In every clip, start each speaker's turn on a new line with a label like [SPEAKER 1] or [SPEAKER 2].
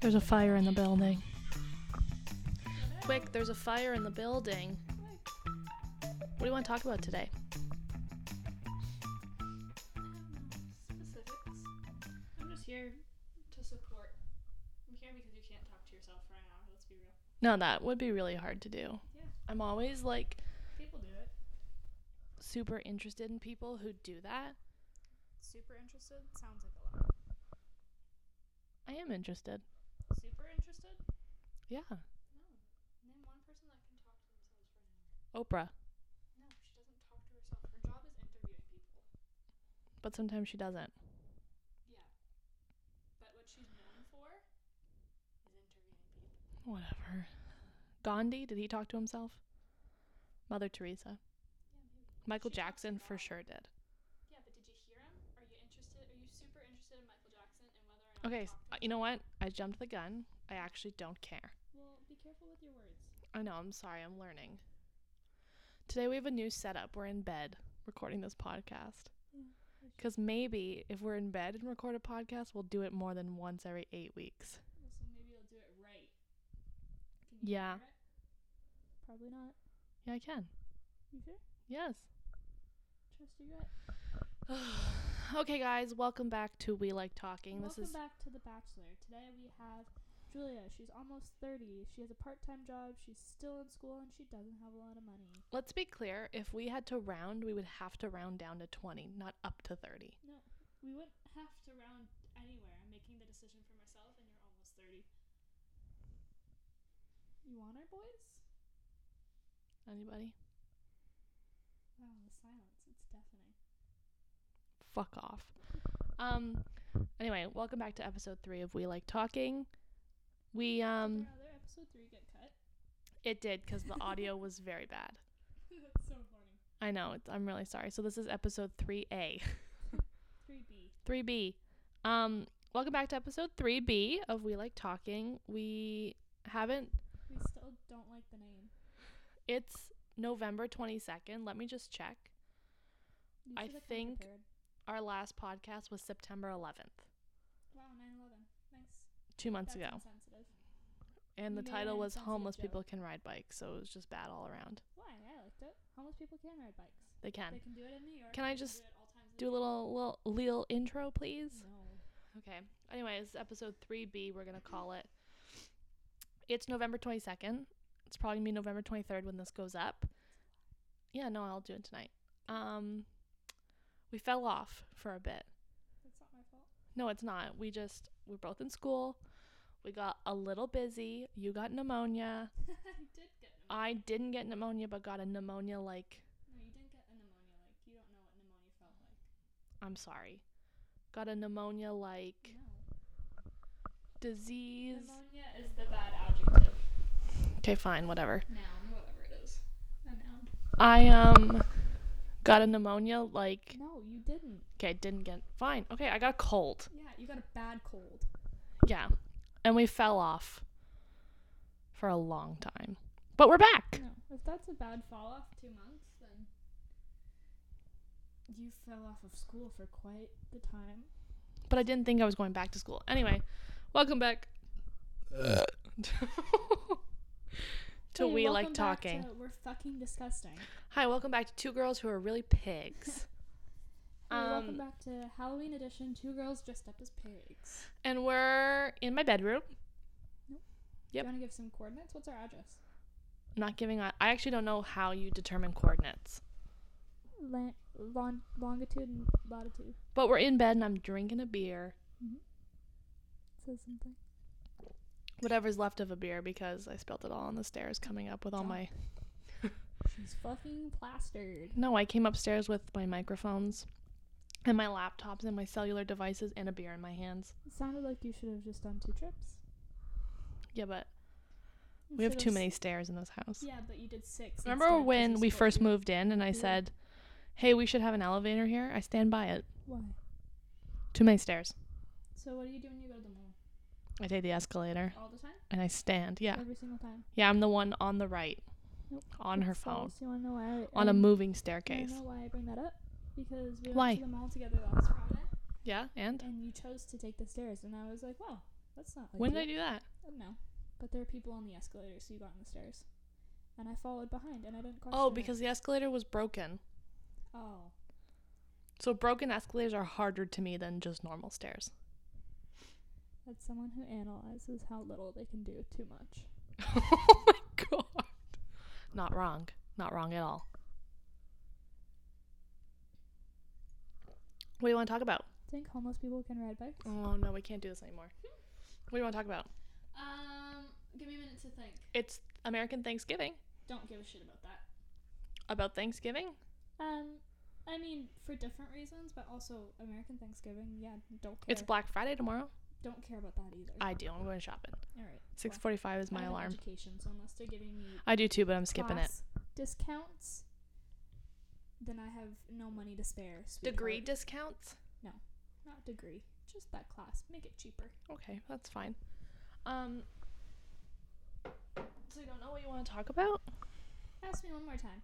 [SPEAKER 1] There's a fire in the building. Quick, there's a fire in the building. What do you want to talk about today?
[SPEAKER 2] specifics. I'm just here to support. I'm here because you can't talk to yourself for an hour. Let's be real.
[SPEAKER 1] No, that would be really hard to do.
[SPEAKER 2] Yeah.
[SPEAKER 1] I'm always like
[SPEAKER 2] People do it.
[SPEAKER 1] super interested in people who do that.
[SPEAKER 2] Super interested sounds like a lot.
[SPEAKER 1] I am interested.
[SPEAKER 2] Super interested?
[SPEAKER 1] Yeah.
[SPEAKER 2] No. Name one person that can talk to themselves for an hour.
[SPEAKER 1] Oprah.
[SPEAKER 2] No, she doesn't talk to herself. Her job is interviewing people.
[SPEAKER 1] But sometimes she doesn't.
[SPEAKER 2] Yeah. But what she's known for is interviewing people.
[SPEAKER 1] Whatever. Gandhi, did he talk to himself? Mother Teresa.
[SPEAKER 2] Yeah, maybe.
[SPEAKER 1] Michael
[SPEAKER 2] She talks
[SPEAKER 1] Jackson
[SPEAKER 2] a
[SPEAKER 1] for
[SPEAKER 2] lot.
[SPEAKER 1] sure did.
[SPEAKER 2] Yeah, but did you hear him? Are you interested? Are you super interested in Michael Jackson and whether or not
[SPEAKER 1] Okay, s-
[SPEAKER 2] he
[SPEAKER 1] uh,
[SPEAKER 2] talked to
[SPEAKER 1] you know what? I jumped the gun. I actually don't care.
[SPEAKER 2] Well, be careful with your words.
[SPEAKER 1] I know, I'm sorry, I'm learning. Today we have a new setup. We're in bed recording this podcast.
[SPEAKER 2] Yeah, we should.
[SPEAKER 1] Because maybe if we're in bed and record a podcast, we'll do it more than once every eight weeks.
[SPEAKER 2] Well, so maybe you'll do it right. Can
[SPEAKER 1] Yeah.
[SPEAKER 2] hear it? Probably not.
[SPEAKER 1] Yeah, I can.
[SPEAKER 2] You sure?
[SPEAKER 1] Yes.
[SPEAKER 2] Trust your gut.
[SPEAKER 1] okay, guys, welcome back to We Like Talking.
[SPEAKER 2] Welcome
[SPEAKER 1] this is
[SPEAKER 2] back to The Bachelor. Today we have Julia. She's almost 30. She has a part-time job. She's still in school and she doesn't have a lot of money.
[SPEAKER 1] Let's be clear, if we had to round, we would have to round down to 20, not up to 30.
[SPEAKER 2] No, we wouldn't have to round anywhere. I'm making the decision for myself and you're almost 30. You want our boys?
[SPEAKER 1] Anybody?
[SPEAKER 2] Wow, the silence. It's deafening.
[SPEAKER 1] Fuck off. Um anyway, welcome back to episode 3 of We Like Talking. We um
[SPEAKER 2] Did our other episode 3 get cut?
[SPEAKER 1] it did cuz the audio was very bad.
[SPEAKER 2] That's so funny.
[SPEAKER 1] I know. It's, I'm really sorry. So this is episode 3A.
[SPEAKER 2] 3B.
[SPEAKER 1] 3B. Um welcome back to episode 3B of We Like Talking. We haven't
[SPEAKER 2] We still don't like the name.
[SPEAKER 1] it's November 22nd. Let me just check.
[SPEAKER 2] You
[SPEAKER 1] I
[SPEAKER 2] should have come
[SPEAKER 1] think-
[SPEAKER 2] prepared.
[SPEAKER 1] Our last podcast was September 11th,
[SPEAKER 2] Wow, 9/11. Thanks.
[SPEAKER 1] 2 months
[SPEAKER 2] That's
[SPEAKER 1] ago.
[SPEAKER 2] insensitive.
[SPEAKER 1] And the
[SPEAKER 2] Man,
[SPEAKER 1] title was
[SPEAKER 2] sensitive
[SPEAKER 1] Homeless
[SPEAKER 2] joke.
[SPEAKER 1] People Can Ride Bikes. So it was just bad all around.
[SPEAKER 2] Why? I liked it. Homeless people can ride bikes.
[SPEAKER 1] They can.
[SPEAKER 2] They can do it in New York.
[SPEAKER 1] Can I
[SPEAKER 2] they
[SPEAKER 1] just
[SPEAKER 2] do, it all times of
[SPEAKER 1] Do a
[SPEAKER 2] the
[SPEAKER 1] little little little intro, please.
[SPEAKER 2] day. No.
[SPEAKER 1] Okay. Anyways, episode 3B, we're going to call it. It's November 22nd. It's probably going to be November 23rd when this goes up. Yeah, no, I'll do it tonight. Um we fell off for a bit.
[SPEAKER 2] That's not my fault.
[SPEAKER 1] No, it's not. We just we're both in school. We got a little busy. You got pneumonia.
[SPEAKER 2] I did get pneumonia.
[SPEAKER 1] I didn't get pneumonia but got a pneumonia like
[SPEAKER 2] no, you didn't get a pneumonia. Like you don't know what pneumonia felt like.
[SPEAKER 1] I'm sorry. Got a pneumonia like
[SPEAKER 2] No.
[SPEAKER 1] disease.
[SPEAKER 2] Pneumonia is the bad adjective.
[SPEAKER 1] Okay, fine, whatever.
[SPEAKER 2] Noun, whatever it is. A noun.
[SPEAKER 1] I um got a pneumonia like
[SPEAKER 2] No, you didn't.
[SPEAKER 1] okay, didn't get fine. Okay, I got a cold.
[SPEAKER 2] Yeah, you got a bad cold.
[SPEAKER 1] Yeah. And we fell off for a long time. But we're back.
[SPEAKER 2] No, if that's a bad fall off two months, then you fell off of school for quite the time.
[SPEAKER 1] But I didn't think I was going back to school. Anyway, welcome back. to
[SPEAKER 2] Hey,
[SPEAKER 1] we
[SPEAKER 2] welcome
[SPEAKER 1] like
[SPEAKER 2] back to
[SPEAKER 1] talking.
[SPEAKER 2] we're fucking disgusting.
[SPEAKER 1] Hi, welcome back to two girls who are really pigs.
[SPEAKER 2] Hey, welcome
[SPEAKER 1] Um,
[SPEAKER 2] back to Halloween edition. Two girls dressed up as pigs.
[SPEAKER 1] and we're in my bedroom. Yep.
[SPEAKER 2] Do you want to give some coordinates? What's our address?
[SPEAKER 1] Not giving out. I actually don't know how you determine coordinates.
[SPEAKER 2] Lan- lon- longitude and latitude.
[SPEAKER 1] But we're in bed and I'm drinking a beer,
[SPEAKER 2] Says something.
[SPEAKER 1] whatever's left of a beer because I spilled it all on the stairs coming up
[SPEAKER 2] Oh.
[SPEAKER 1] with all my
[SPEAKER 2] She's fucking plastered.
[SPEAKER 1] No, I came upstairs with my microphones and my laptops and my cellular devices and a beer in my hands.
[SPEAKER 2] It sounded like you should have just done two trips.
[SPEAKER 1] Yeah, but
[SPEAKER 2] You
[SPEAKER 1] we have
[SPEAKER 2] should
[SPEAKER 1] too
[SPEAKER 2] s-
[SPEAKER 1] many stairs in this house.
[SPEAKER 2] Yeah, but you did six.
[SPEAKER 1] Remember
[SPEAKER 2] instead 'cause
[SPEAKER 1] when
[SPEAKER 2] you
[SPEAKER 1] we
[SPEAKER 2] split
[SPEAKER 1] first
[SPEAKER 2] your-
[SPEAKER 1] moved in and I
[SPEAKER 2] Yeah.
[SPEAKER 1] said, "Hey, we should have an elevator here." I stand by it.
[SPEAKER 2] Why?
[SPEAKER 1] Too many stairs.
[SPEAKER 2] So what do you do when you go to the mall?
[SPEAKER 1] I take the escalator
[SPEAKER 2] All the time?
[SPEAKER 1] and I stand. Yeah.
[SPEAKER 2] Every single time.
[SPEAKER 1] Yeah, I'm the one on the right.
[SPEAKER 2] Nope.
[SPEAKER 1] On her
[SPEAKER 2] It
[SPEAKER 1] phone.
[SPEAKER 2] sucks. You wanna know why? I,
[SPEAKER 1] On a
[SPEAKER 2] um,
[SPEAKER 1] moving
[SPEAKER 2] You
[SPEAKER 1] staircase.
[SPEAKER 2] wanna know why I bring that up? Because we
[SPEAKER 1] Why?
[SPEAKER 2] went to the mall together last Friday,
[SPEAKER 1] Yeah, and
[SPEAKER 2] and you chose to take the stairs, and I was like, "Wow, That's not. Like
[SPEAKER 1] When
[SPEAKER 2] the-
[SPEAKER 1] did I do that?
[SPEAKER 2] I don't know. But there were people on the escalator, so you got on the stairs. And I followed behind, and I didn't question
[SPEAKER 1] Oh,
[SPEAKER 2] it.
[SPEAKER 1] because the escalator was broken.
[SPEAKER 2] Oh.
[SPEAKER 1] So broken escalators are harder to me than just normal stairs.
[SPEAKER 2] That's someone who analyzes how little they can do too much.
[SPEAKER 1] oh my god. Not wrong. Not wrong at all. What do you want to talk about?
[SPEAKER 2] Think homeless people can ride bikes?
[SPEAKER 1] Oh no, we can't do this anymore. What do you want to talk about?
[SPEAKER 2] Um, give me a minute to think.
[SPEAKER 1] It's American Thanksgiving.
[SPEAKER 2] Don't give a shit about that.
[SPEAKER 1] About Thanksgiving?
[SPEAKER 2] Um, I mean, for different reasons, but also American Thanksgiving. Yeah, don't care.
[SPEAKER 1] It's Black Friday tomorrow.
[SPEAKER 2] don't care about that either.
[SPEAKER 1] I do. I'm going shopping.
[SPEAKER 2] All right.
[SPEAKER 1] 6:45 is
[SPEAKER 2] I
[SPEAKER 1] my
[SPEAKER 2] have an
[SPEAKER 1] alarm.
[SPEAKER 2] Education, so unless they're giving me
[SPEAKER 1] I do too, but I'm skipping it.
[SPEAKER 2] class discounts, then I have no money to spare. sweetheart.
[SPEAKER 1] Degree discounts?
[SPEAKER 2] not degree, just that class. Make it cheaper.
[SPEAKER 1] Okay, that's fine. Um So you don't know what you want to talk about?
[SPEAKER 2] Ask me one more time.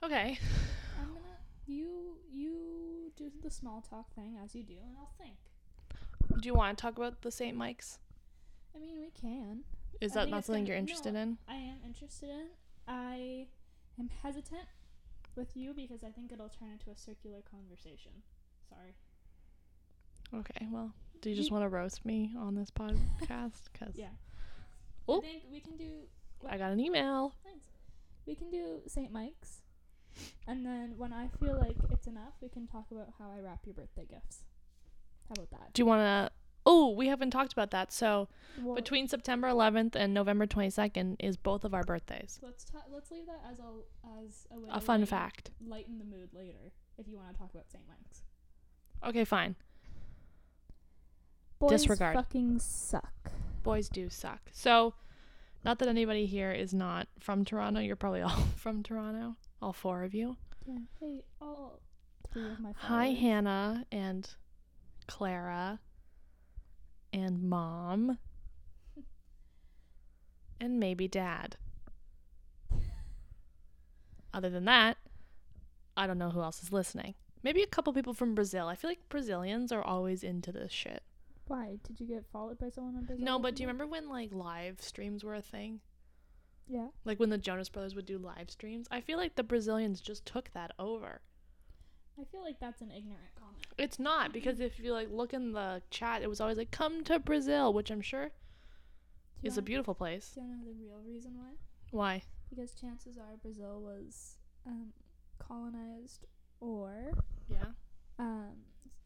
[SPEAKER 1] Okay.
[SPEAKER 2] I'm gonna you you do the small talk thing as you do, and I'll think.
[SPEAKER 1] Do you want to talk about the St. Mike's?
[SPEAKER 2] I mean, we can.
[SPEAKER 1] Is
[SPEAKER 2] I
[SPEAKER 1] that
[SPEAKER 2] think
[SPEAKER 1] not
[SPEAKER 2] it's
[SPEAKER 1] something
[SPEAKER 2] gonna-
[SPEAKER 1] you're interested
[SPEAKER 2] no.
[SPEAKER 1] in?
[SPEAKER 2] I am interested in. I am hesitant with you because I think it'll turn into a circular conversation. Sorry.
[SPEAKER 1] Okay, well, do you just want to roast me on this podcast? Because
[SPEAKER 2] Yeah.
[SPEAKER 1] Oh.
[SPEAKER 2] I think we can do.
[SPEAKER 1] I got an email.
[SPEAKER 2] Thanks. We can do St. Mike's, and then when I feel like it's enough, we can talk about how I wrap your birthday gifts. How about that?
[SPEAKER 1] Do you want to? Oh, we haven't talked about that. So
[SPEAKER 2] Well,
[SPEAKER 1] between September 11th and November 22nd is both of our birthdays.
[SPEAKER 2] let's ta- let's leave that as a as a, way
[SPEAKER 1] A
[SPEAKER 2] to
[SPEAKER 1] fun
[SPEAKER 2] lighten-
[SPEAKER 1] fact.
[SPEAKER 2] Lighten the mood later if you want to talk about St. Mike's.
[SPEAKER 1] Okay, fine.
[SPEAKER 2] Boys
[SPEAKER 1] Disregard.
[SPEAKER 2] fucking suck.
[SPEAKER 1] Boys do suck. So, not that anybody here is not from Toronto. You're probably all from Toronto. All four of you.
[SPEAKER 2] Yeah. Hey, all three of my
[SPEAKER 1] Hi,
[SPEAKER 2] followers.
[SPEAKER 1] Hannah and Clara and mom and maybe dad. Other than that, I don't know who else is listening. Maybe a couple people from Brazil. I feel like Brazilians are always into this shit.
[SPEAKER 2] Why did you get followed by someone on Brazil?
[SPEAKER 1] No, but do you remember when like live streams were a thing?
[SPEAKER 2] Yeah.
[SPEAKER 1] Like when the Jonas Brothers would do live streams? I feel like the Brazilians just took that over.
[SPEAKER 2] I feel like that's an ignorant comment.
[SPEAKER 1] It's not because if you like look in the chat, it was always like "Come to Brazil," which I'm sure
[SPEAKER 2] Do you
[SPEAKER 1] is a
[SPEAKER 2] wanna-
[SPEAKER 1] beautiful place.
[SPEAKER 2] Do you know the real reason why?
[SPEAKER 1] Why?
[SPEAKER 2] Because chances are Brazil was um, colonized or
[SPEAKER 1] Yeah,
[SPEAKER 2] um,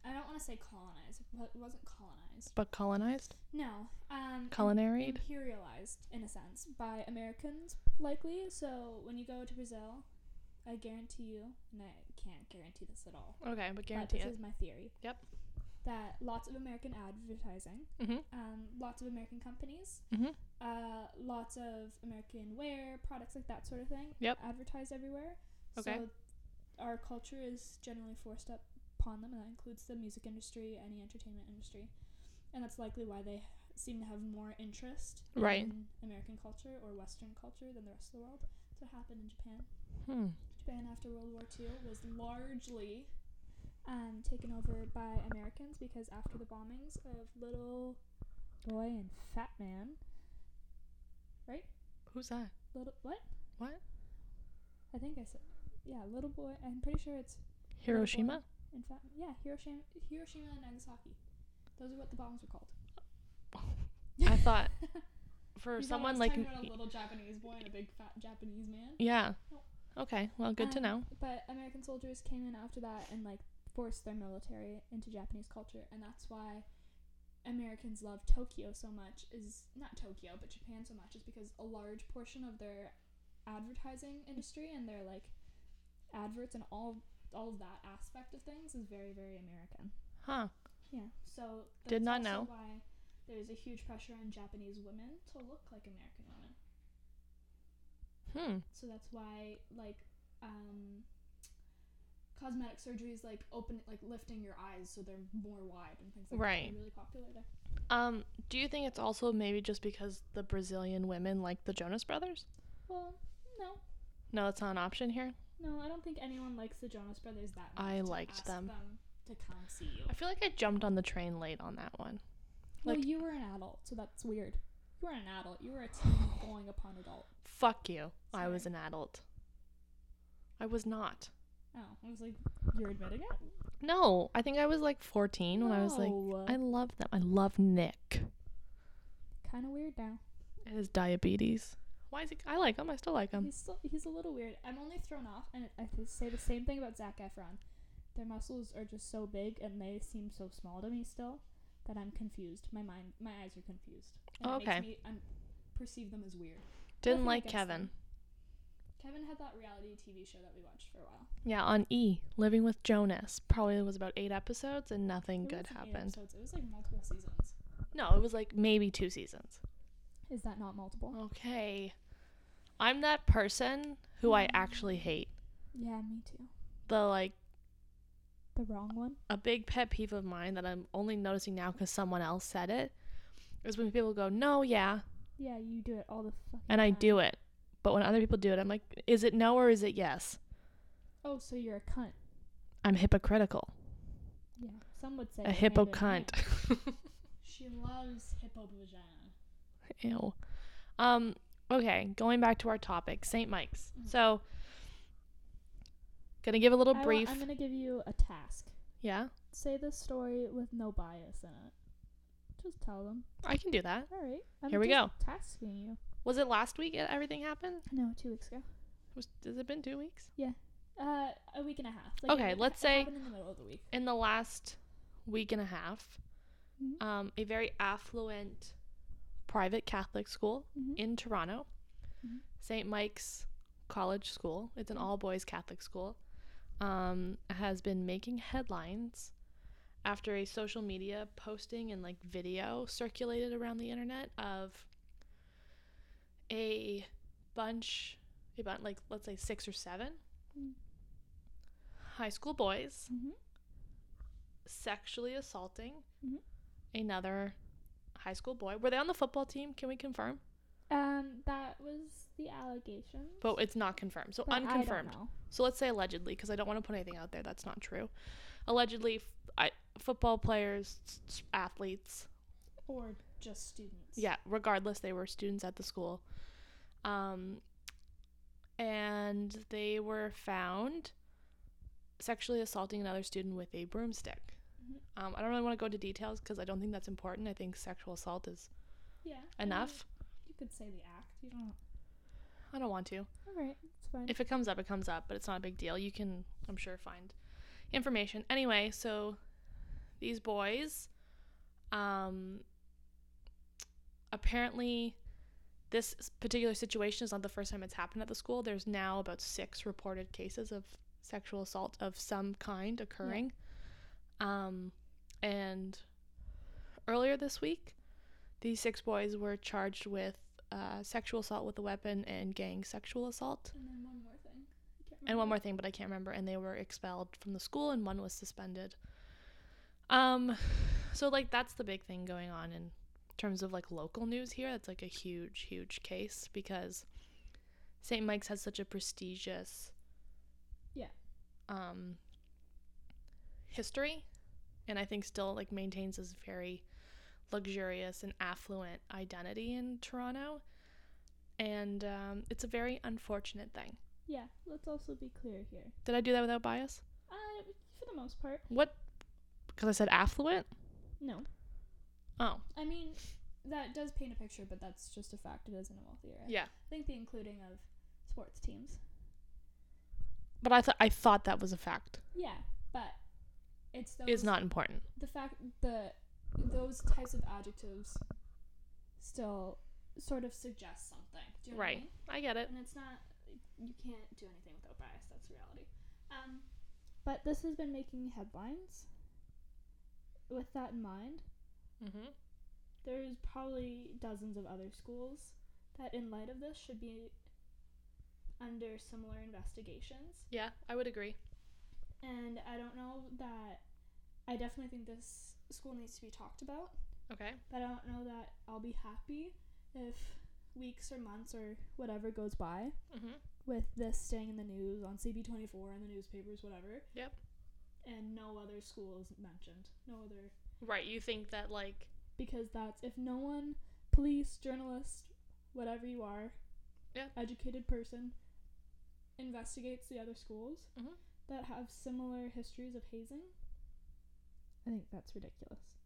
[SPEAKER 2] I don't want to say colonized, but it wasn't colonized.
[SPEAKER 1] but colonized,
[SPEAKER 2] No, um,
[SPEAKER 1] culinaried.
[SPEAKER 2] imperialized in a sense by Americans, likely. So when you go to Brazil, I guarantee you, and I can't guarantee this at all.
[SPEAKER 1] Okay, but
[SPEAKER 2] but
[SPEAKER 1] guarantee
[SPEAKER 2] this
[SPEAKER 1] it.
[SPEAKER 2] is my theory.
[SPEAKER 1] Yep.
[SPEAKER 2] That lots of American advertising,
[SPEAKER 1] Mhm.
[SPEAKER 2] um, lots of American companies,
[SPEAKER 1] Mhm.
[SPEAKER 2] uh, lots of American wear, products like that sort of thing.
[SPEAKER 1] Yep.
[SPEAKER 2] Advertised everywhere.
[SPEAKER 1] Okay.
[SPEAKER 2] So our culture is generally forced up upon them, and that includes the music industry, any entertainment industry, and that's likely why they seem to have more interest
[SPEAKER 1] Right.
[SPEAKER 2] in American culture or Western culture than the rest of the world. That's what happened in Japan.
[SPEAKER 1] Hmm.
[SPEAKER 2] Japan after World War II was largely um, taken over by Americans because after the bombings of Little Boy and Fat Man,
[SPEAKER 1] Who's that?
[SPEAKER 2] Little what?
[SPEAKER 1] What?
[SPEAKER 2] I think I said yeah, Little Boy. I'm pretty sure it's Little Boy
[SPEAKER 1] Hiroshima.
[SPEAKER 2] and Fat yeah, Hiroshima, Hiroshima and Nagasaki. Those are what the bombs were called.
[SPEAKER 1] I thought for
[SPEAKER 2] You thought I
[SPEAKER 1] someone
[SPEAKER 2] was
[SPEAKER 1] like
[SPEAKER 2] talking
[SPEAKER 1] me-
[SPEAKER 2] about a little Japanese boy and a big fat Japanese man.
[SPEAKER 1] yeah. Okay, well, good to
[SPEAKER 2] Um,
[SPEAKER 1] know.
[SPEAKER 2] But American soldiers came in after that and like forced their military into Japanese culture, and that's why Americans love Tokyo so much. Is not Tokyo, but Japan so much is because a large portion of their advertising industry and their like adverts and all all of that aspect of things is very very American.
[SPEAKER 1] Huh?
[SPEAKER 2] Yeah. So
[SPEAKER 1] Did
[SPEAKER 2] that's
[SPEAKER 1] not know.
[SPEAKER 2] also why there's a huge pressure on Japanese women to look like American women.
[SPEAKER 1] Hmm.
[SPEAKER 2] So that's why like um cosmetic surgery is like open like lifting your eyes so they're more wide and things like
[SPEAKER 1] Right.
[SPEAKER 2] that. are Really popular there.
[SPEAKER 1] Um. Do you think it's also maybe just because the Brazilian women like the Jonas Brothers?
[SPEAKER 2] Well, no.
[SPEAKER 1] No, that's not an option here.
[SPEAKER 2] No, I don't think anyone likes the Jonas Brothers that much.
[SPEAKER 1] I
[SPEAKER 2] to
[SPEAKER 1] liked
[SPEAKER 2] ask
[SPEAKER 1] them.
[SPEAKER 2] them to come see you.
[SPEAKER 1] I feel like I jumped on the train late on that one. Like-
[SPEAKER 2] well, you were an adult, so that's weird. You were an adult. You were a teen going upon adult.
[SPEAKER 1] Fuck you. I was
[SPEAKER 2] Sorry.
[SPEAKER 1] an adult. I was not.
[SPEAKER 2] Oh, I was like, you're admitting it?
[SPEAKER 1] No, I think I was like 14 when I was like, I love them. I love Nick.
[SPEAKER 2] kind of weird now.
[SPEAKER 1] It is diabetes. Why is he? I like him. I still like him.
[SPEAKER 2] he's still he's a little weird. I'm only thrown off, and I could say the same thing about Zac Efron. Their muscles are just so big, and they seem so small to me still that I'm confused. My mind, my eyes are confused. And it
[SPEAKER 1] Oh, Okay.
[SPEAKER 2] makes me un- perceive them as weird.
[SPEAKER 1] Didn't
[SPEAKER 2] nothing
[SPEAKER 1] like
[SPEAKER 2] against
[SPEAKER 1] Kevin.
[SPEAKER 2] them. Kevin had that reality TV show that we watched for a while.
[SPEAKER 1] Yeah, on E, Living with Jonas. Probably was about eight episodes and nothing
[SPEAKER 2] It
[SPEAKER 1] good
[SPEAKER 2] wasn't eight
[SPEAKER 1] happened.
[SPEAKER 2] episodes, It was like multiple seasons.
[SPEAKER 1] No, it was like maybe two seasons.
[SPEAKER 2] Is that not multiple?
[SPEAKER 1] Okay. I'm that person who
[SPEAKER 2] Mm.
[SPEAKER 1] I actually hate.
[SPEAKER 2] Yeah, me too.
[SPEAKER 1] The like,
[SPEAKER 2] The wrong one.
[SPEAKER 1] a big pet peeve of mine that I'm only noticing now because someone else said it is when people go, no, yeah,
[SPEAKER 2] Yeah, you do it all the fucking.
[SPEAKER 1] and I
[SPEAKER 2] time.
[SPEAKER 1] do it. But when other people do it, I'm like, is it no or is it yes?
[SPEAKER 2] Oh, so you're a cunt.
[SPEAKER 1] I'm hypocritical.
[SPEAKER 2] Yeah, some would say
[SPEAKER 1] A
[SPEAKER 2] it,
[SPEAKER 1] hippo
[SPEAKER 2] maybe I'm
[SPEAKER 1] cunt.
[SPEAKER 2] She loves hippo vagina.
[SPEAKER 1] Ew. Um, okay, going back to our topic, St. Mike's. So, gonna give a little
[SPEAKER 2] Mm-hmm. I wa-
[SPEAKER 1] brief.
[SPEAKER 2] I'm gonna give you a task.
[SPEAKER 1] yeah,
[SPEAKER 2] Say this story with no bias in it. Just tell them.
[SPEAKER 1] I can do that.
[SPEAKER 2] All right. I'm
[SPEAKER 1] Here we
[SPEAKER 2] just Tasking you.
[SPEAKER 1] Was it last week that everything happened?
[SPEAKER 2] No, two weeks ago.
[SPEAKER 1] Was, has it been two weeks?
[SPEAKER 2] Uh, a week and a half.
[SPEAKER 1] Okay,
[SPEAKER 2] it hap-
[SPEAKER 1] let's
[SPEAKER 2] it
[SPEAKER 1] say-
[SPEAKER 2] happened in the middle of the week.
[SPEAKER 1] In the last week and a half,
[SPEAKER 2] Mhm.
[SPEAKER 1] um, a very affluent private Catholic school
[SPEAKER 2] Mhm.
[SPEAKER 1] in Toronto,
[SPEAKER 2] Mhm.
[SPEAKER 1] St. Mike's College School. It's an
[SPEAKER 2] Mhm.
[SPEAKER 1] all boys Catholic school. Um, has been making headlines after a social media posting and like video circulated around the internet of a bunch, a bunch like let's say six or seven
[SPEAKER 2] Mm.
[SPEAKER 1] high school boys
[SPEAKER 2] Mhm.
[SPEAKER 1] sexually assaulting
[SPEAKER 2] Mhm.
[SPEAKER 1] another high school boy. Were they on the football team? Can we confirm?
[SPEAKER 2] Um, that was the allegation.
[SPEAKER 1] But it's not confirmed. So
[SPEAKER 2] but I don't
[SPEAKER 1] unconfirmed.
[SPEAKER 2] know.
[SPEAKER 1] So let's say allegedly, because I don't want to put anything out there that's not true. Allegedly, f I football players, s- s- athletes,
[SPEAKER 2] Or just students.
[SPEAKER 1] yeah, regardless, they were students at the school. Um, and they were found sexually assaulting another student with a broomstick.
[SPEAKER 2] Mhm.
[SPEAKER 1] Um, I don't really want to go into details because I don't think that's important. I think sexual assault is
[SPEAKER 2] Yeah. I mean,
[SPEAKER 1] enough.
[SPEAKER 2] you could say the act. You don't.
[SPEAKER 1] I don't want to.
[SPEAKER 2] All right. It's fine.
[SPEAKER 1] if it comes up it comes up but it's not a big deal you can i'm sure find information anyway so these boys um apparently this s- particular situation is not the first time it's happened at the school there's now about six reported cases of sexual assault of some kind occurring um and earlier this week these six boys were charged with uh, sexual assault with a weapon and gang sexual assault
[SPEAKER 2] and then one more thing. I can't
[SPEAKER 1] and one
[SPEAKER 2] remember.
[SPEAKER 1] more thing, but I can't remember. And they were expelled from the school, and one was suspended. Um, so like that's the big thing going on in terms of like local news here. That's like a huge, huge case because St. Mike's has such a prestigious,
[SPEAKER 2] Yeah.
[SPEAKER 1] um, history, and I think still like maintains this very luxurious and affluent identity in Toronto. And um, it's a very unfortunate thing.
[SPEAKER 2] Yeah. Let's also be clear here.
[SPEAKER 1] Did I do that without bias?
[SPEAKER 2] Uh, for the most part,
[SPEAKER 1] What? Because I said affluent?
[SPEAKER 2] no.
[SPEAKER 1] Oh,
[SPEAKER 2] I mean, that does paint a picture, but that's just a fact. It is in a wealthy area.
[SPEAKER 1] yeah.
[SPEAKER 2] I think the including of sports teams.
[SPEAKER 1] But I thought I thought that was a fact.
[SPEAKER 2] Yeah, but it's those
[SPEAKER 1] It's not important.
[SPEAKER 2] the fact the those types of adjectives still sort of suggest something. Do you know what I
[SPEAKER 1] Right.
[SPEAKER 2] mean?
[SPEAKER 1] I get it.
[SPEAKER 2] And it's not you can't do anything without bias. That's reality. Um, but this has been making headlines. With that in mind,
[SPEAKER 1] Mm-hmm.
[SPEAKER 2] there's probably dozens of other schools that, in light of this, should be under similar investigations.
[SPEAKER 1] Yeah, I would agree.
[SPEAKER 2] And I don't know that. I definitely think this school needs to be talked about,
[SPEAKER 1] Okay.
[SPEAKER 2] but I don't know that I'll be happy if weeks or months or whatever goes by
[SPEAKER 1] Mm-hmm.
[SPEAKER 2] with this staying in the news on CB24 and the newspapers, whatever.
[SPEAKER 1] Yep.
[SPEAKER 2] And no other school is mentioned. No other.
[SPEAKER 1] Right. You think that like
[SPEAKER 2] because that's if no one, police, journalist, whatever you are,
[SPEAKER 1] Yeah.
[SPEAKER 2] educated person, investigates the other schools
[SPEAKER 1] Mhm.
[SPEAKER 2] that have similar histories of hazing, I think that's ridiculous.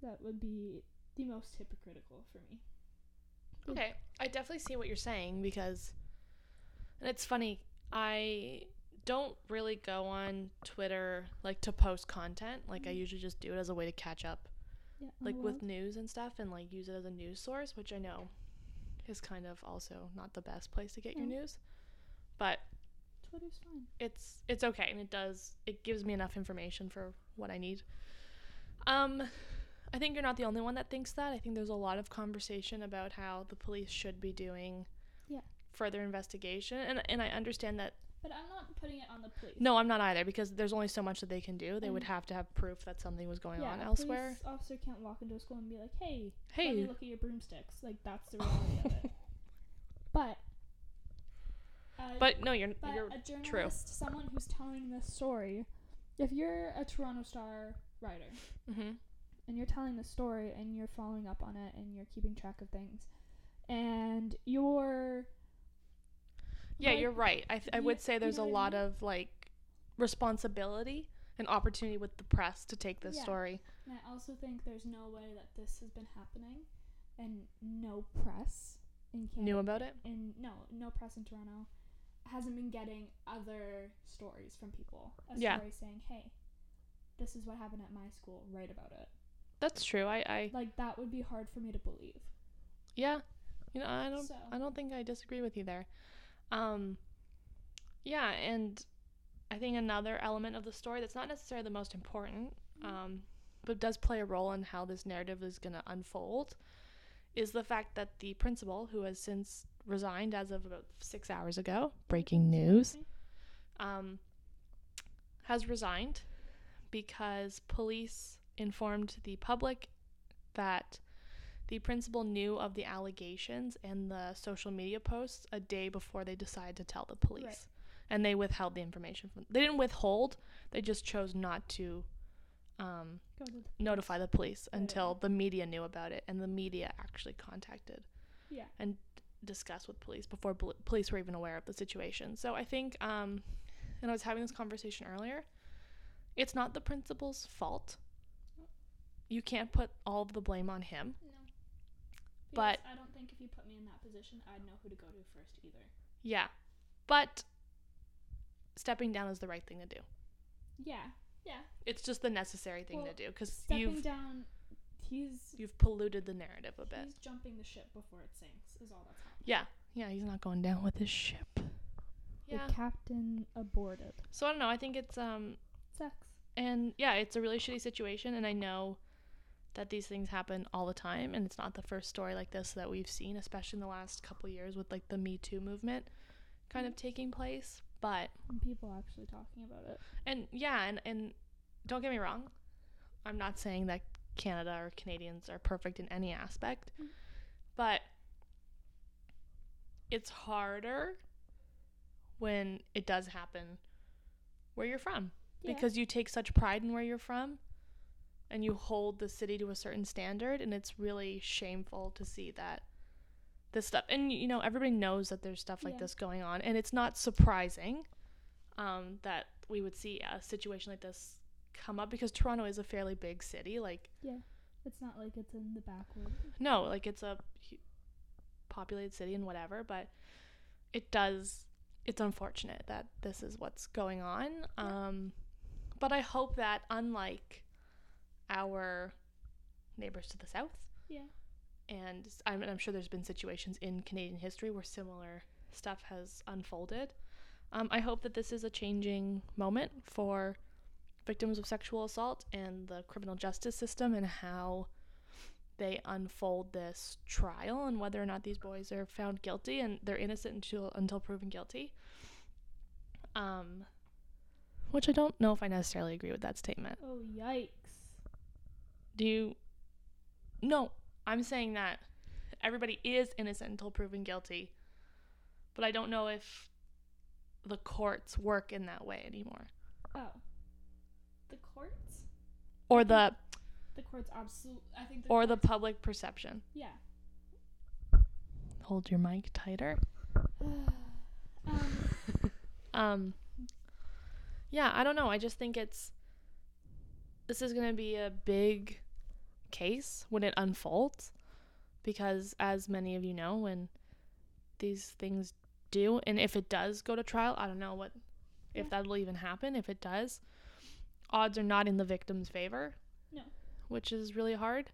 [SPEAKER 2] That would be the most hypocritical for me.
[SPEAKER 1] Okay, I definitely see what you're saying because, and it's funny. I don't really go on Twitter like to post content. Like I
[SPEAKER 2] Mhm.
[SPEAKER 1] usually just do it as a way to catch up,
[SPEAKER 2] Yeah,
[SPEAKER 1] like with news and stuff, and like use it as a news source, which I know is kind of also not the best place to get your
[SPEAKER 2] Mm.
[SPEAKER 1] news, but
[SPEAKER 2] Twitter's fine.
[SPEAKER 1] it's it's okay and it does it gives me enough information for what I need. Um I think you're not the only one that thinks that. I think there's a lot of conversation about how the police should be doing
[SPEAKER 2] Yeah.
[SPEAKER 1] further investigation and and I understand that
[SPEAKER 2] But I'm not putting it on the police.
[SPEAKER 1] no, I'm not either because there's only so much that they can do. They would
[SPEAKER 2] Mhm.
[SPEAKER 1] have to have proof that something was going
[SPEAKER 2] yeah,
[SPEAKER 1] on
[SPEAKER 2] a
[SPEAKER 1] elsewhere.
[SPEAKER 2] police officer can't walk into a school and be like, "Hey, let me
[SPEAKER 1] Hey,
[SPEAKER 2] look at your broomsticks." Like that's the reality of it. But, uh,
[SPEAKER 1] but no, you're
[SPEAKER 2] but
[SPEAKER 1] you're
[SPEAKER 2] a journalist, someone who's telling this story, if you're a Toronto Star writer
[SPEAKER 1] mhm.
[SPEAKER 2] and you're telling the story and you're following up on it and you're keeping track of things, and you're
[SPEAKER 1] Yeah,
[SPEAKER 2] Like,
[SPEAKER 1] you're right. I, th- I
[SPEAKER 2] you-
[SPEAKER 1] would say
[SPEAKER 2] you
[SPEAKER 1] there's
[SPEAKER 2] know
[SPEAKER 1] a
[SPEAKER 2] what I
[SPEAKER 1] lot
[SPEAKER 2] mean?
[SPEAKER 1] of like responsibility and opportunity with the press to take this
[SPEAKER 2] Yeah.
[SPEAKER 1] story.
[SPEAKER 2] And I also think there's no way that this has been happening, and no press in Canada,
[SPEAKER 1] Knew about it.
[SPEAKER 2] and no, no press in Toronto, hasn't been getting other stories from people. A
[SPEAKER 1] Yeah.
[SPEAKER 2] story saying, "Hey, this is what happened at my school. Write about it."
[SPEAKER 1] That's true. I, I
[SPEAKER 2] Like that would be hard for me to believe.
[SPEAKER 1] yeah. You know, I don't
[SPEAKER 2] So-
[SPEAKER 1] I don't think I disagree with you there. Um yeah, and I think another element of the story that's not necessarily the most important,
[SPEAKER 2] Mhm.
[SPEAKER 1] um, but does play a role in how this narrative is gonna unfold is the fact that the principal, who has since resigned as of about six hours ago,
[SPEAKER 2] Mm-hmm.
[SPEAKER 1] breaking news, um, has resigned because police informed the public that the principal knew of the allegations and the social media posts a day before they decided to tell the police.
[SPEAKER 2] Right.
[SPEAKER 1] And they withheld the information from. They didn't withhold. They just chose not to um,
[SPEAKER 2] Go to the
[SPEAKER 1] notify the police
[SPEAKER 2] Right.
[SPEAKER 1] until the media knew about it and the media actually contacted
[SPEAKER 2] yeah.
[SPEAKER 1] discuss with police before bl- police were even aware of the situation. So I think, um, and I was having this conversation earlier, it's not the principal's fault. You can't put all of the blame on him.
[SPEAKER 2] No.
[SPEAKER 1] But-
[SPEAKER 2] Because I don't think if you put me in that position, I'd know who to go to first either.
[SPEAKER 1] Yeah. But stepping down is the right thing to do.
[SPEAKER 2] Yeah. Yeah.
[SPEAKER 1] It's just the necessary thing
[SPEAKER 2] Well,
[SPEAKER 1] to do because
[SPEAKER 2] Stepping
[SPEAKER 1] you've
[SPEAKER 2] down, he's
[SPEAKER 1] you've polluted the narrative a bit.
[SPEAKER 2] He's jumping the ship before it sinks, is all that's happening.
[SPEAKER 1] Yeah. Yeah, he's not going down with his ship. Yeah.
[SPEAKER 2] The captain aborted.
[SPEAKER 1] So I don't know. I think it's um
[SPEAKER 2] Sucks.
[SPEAKER 1] And yeah, it's a really shitty situation. And I know that these things happen all the time. And it's not the first story like this that we've seen, especially in the last couple years with like the Me Too movement kind of taking place. But,
[SPEAKER 2] And people actually talking about it.
[SPEAKER 1] and yeah, and, and don't get me wrong, I'm not saying that Canada or Canadians are perfect in any aspect,
[SPEAKER 2] Mm.
[SPEAKER 1] but it's harder when it does happen where you're from because you take such pride in where you're from and you hold the city to a certain standard and it's really shameful to see that this stuff and you know everybody knows that there's stuff like
[SPEAKER 2] Yeah.
[SPEAKER 1] this going on and it's not surprising um, that we would see a situation like this come up because toronto is a fairly big city like
[SPEAKER 2] it's not like it's in the backward.
[SPEAKER 1] no like it's a hu- populated city and whatever but it does it's unfortunate that this is what's going on um but i hope that unlike our neighbors to the south
[SPEAKER 2] Yeah.
[SPEAKER 1] and s- I'm, I'm sure there's been situations in canadian history where similar stuff has unfolded um, i hope that this is a changing moment for victims of sexual assault and the criminal justice system and how they unfold this trial and whether or not these boys are found guilty and they're innocent until until proven guilty. Um, which I don't know if I necessarily agree with that statement.
[SPEAKER 2] Oh, yikes.
[SPEAKER 1] Do you? No, I'm saying that everybody is innocent until proven guilty, but I don't know if the courts work in that way anymore
[SPEAKER 2] Oh. The courts?
[SPEAKER 1] or the
[SPEAKER 2] the courts absolutely. I think. The
[SPEAKER 1] or the
[SPEAKER 2] courts-
[SPEAKER 1] public perception.
[SPEAKER 2] yeah.
[SPEAKER 1] Hold your mic tighter.
[SPEAKER 2] um,
[SPEAKER 1] Um Yeah, I don't know. I just think it's this is going to be a big case when it unfolds because as many of you know when these things do and if it does go to trial, I don't know what if
[SPEAKER 2] Yeah.
[SPEAKER 1] that will even happen. If it does, odds are not in the victim's favor.
[SPEAKER 2] No.
[SPEAKER 1] Which is really hard.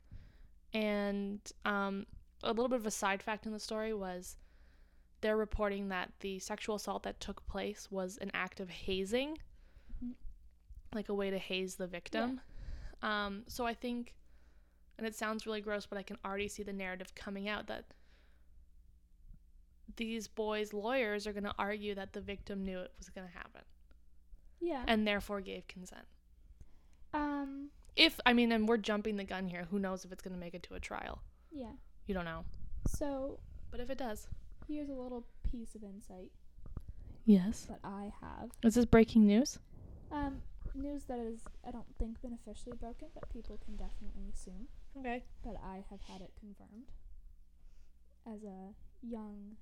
[SPEAKER 1] And um, a little bit of a side fact in the story was they're reporting that the sexual assault that took place was an act of hazing, Mm-hmm.
[SPEAKER 2] Mhm.
[SPEAKER 1] like a way to haze the victim. Um, so I think, and it sounds really gross, but I can already see the narrative coming out that these boys' lawyers are going to argue that the victim knew it was going to happen
[SPEAKER 2] yeah.
[SPEAKER 1] and therefore gave consent.
[SPEAKER 2] Um.
[SPEAKER 1] If I mean, and we're jumping the gun here. Who knows if it's going to make it to a trial?
[SPEAKER 2] Yeah.
[SPEAKER 1] You don't know.
[SPEAKER 2] So
[SPEAKER 1] But if it does,
[SPEAKER 2] here's a little piece of insight
[SPEAKER 1] yes.
[SPEAKER 2] that I have.
[SPEAKER 1] Is this breaking news?
[SPEAKER 2] Um, news that is, I don't think, been officially broken, but people can definitely assume.
[SPEAKER 1] Okay.
[SPEAKER 2] But I have had it confirmed. As a young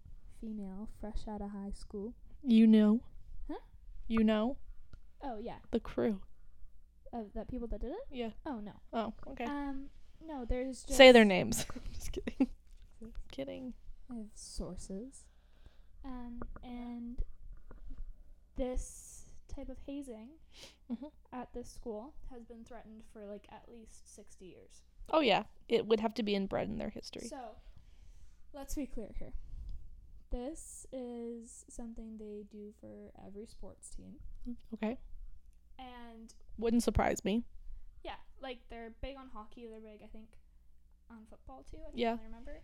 [SPEAKER 2] female, fresh out of high school.
[SPEAKER 1] You know.
[SPEAKER 2] Huh?
[SPEAKER 1] You know
[SPEAKER 2] Oh yeah,
[SPEAKER 1] the crew.
[SPEAKER 2] uh, that people that did it.
[SPEAKER 1] Yeah.
[SPEAKER 2] Oh no.
[SPEAKER 1] Oh, okay.
[SPEAKER 2] Um, no, there's just
[SPEAKER 1] Say their names. just kidding. kidding.
[SPEAKER 2] I have sources. Um, and this type of hazing Mm-hmm.
[SPEAKER 1] Mhm.
[SPEAKER 2] at this school has been threatened for like at least sixty years.
[SPEAKER 1] Oh yeah, it would have to be inbred in their history.
[SPEAKER 2] So, let's be clear here. This is something they do for every sports team.
[SPEAKER 1] Okay.
[SPEAKER 2] And
[SPEAKER 1] Wouldn't surprise me.
[SPEAKER 2] yeah, like they're big on hockey, they're big, I think, on football too. I can't
[SPEAKER 1] Yeah.
[SPEAKER 2] really remember.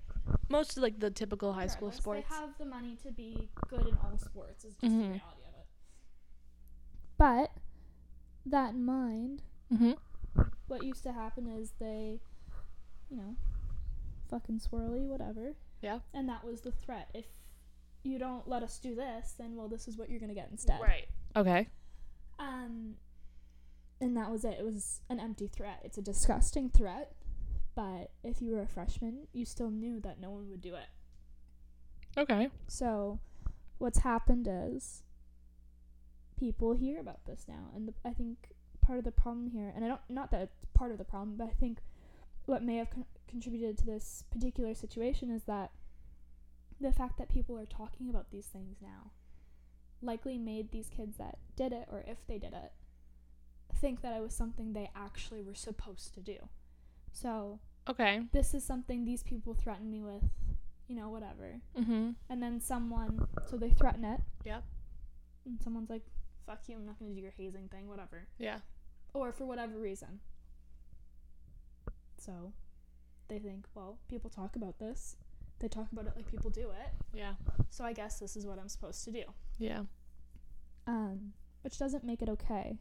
[SPEAKER 1] Most of like the typical high school
[SPEAKER 2] Regardless,
[SPEAKER 1] sports.
[SPEAKER 2] They have the money to be good in all sports, is just the
[SPEAKER 1] Mhm.
[SPEAKER 2] reality of it. But, that in mind,
[SPEAKER 1] mm-hmm.
[SPEAKER 2] what used to happen is they, you know, fucking swirly, whatever.
[SPEAKER 1] Yeah.
[SPEAKER 2] And that was the threat. If you don't let us do this, then well, this is what you're gonna get instead.
[SPEAKER 1] Right. Okay.
[SPEAKER 2] Um, and that was it. It was an empty threat. It's a disgusting threat. But if you were a freshman, you still knew that no one would do it.
[SPEAKER 1] Okay.
[SPEAKER 2] So, what's happened is people hear about this now, and the, I think part of the problem here, and I don't not that it's part of the problem, but I think what may have con- contributed to this particular situation is that the fact that people are talking about these things now likely made these kids that did it, or if they did it, think that it was something they actually were supposed to do. So,
[SPEAKER 1] Okay.
[SPEAKER 2] this is something these people threaten me with, you know, whatever
[SPEAKER 1] Mm-hmm.
[SPEAKER 2] and then someone so they threaten it.
[SPEAKER 1] Yep.
[SPEAKER 2] And someone's like, "Fuck you! I'm not gonna do your hazing thing, whatever,"
[SPEAKER 1] Yeah.
[SPEAKER 2] or for whatever reason. So, they think, well, people talk about this. They talk about it like people do it.
[SPEAKER 1] Yeah.
[SPEAKER 2] So I guess this is what I'm supposed to do.
[SPEAKER 1] Yeah.
[SPEAKER 2] Um, which doesn't make it okay,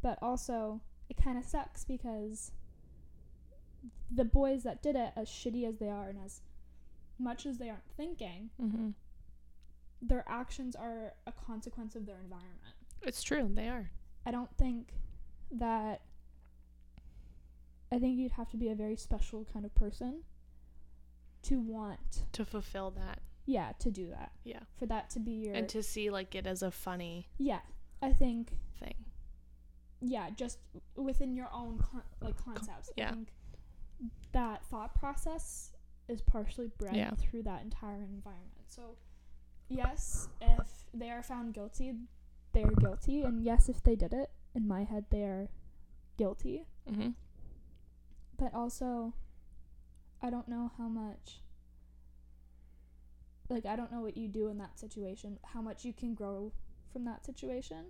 [SPEAKER 2] but also it kind of sucks because the boys that did it, as shitty as they are and as much as they aren't thinking,
[SPEAKER 1] Mm-hmm.
[SPEAKER 2] their actions are a consequence of their environment.
[SPEAKER 1] It's true. They are.
[SPEAKER 2] I don't think that I think you'd have to be a very special kind of person to want
[SPEAKER 1] to fulfill that
[SPEAKER 2] yeah, to do that.
[SPEAKER 1] Yeah.
[SPEAKER 2] For that to be your
[SPEAKER 1] and to see like it as a funny
[SPEAKER 2] yeah. I think
[SPEAKER 1] thing
[SPEAKER 2] yeah, just within your own con- like concepts.
[SPEAKER 1] yeah.
[SPEAKER 2] I think that thought process is partially bred
[SPEAKER 1] Yeah.
[SPEAKER 2] through that entire environment. So, yes, if they are found guilty, they are guilty, and yes, if they did it, in my head, they are guilty.
[SPEAKER 1] mm-hmm.
[SPEAKER 2] But also, I don't know how much. Like, I don't know what you do in that situation, how much you can grow from that situation,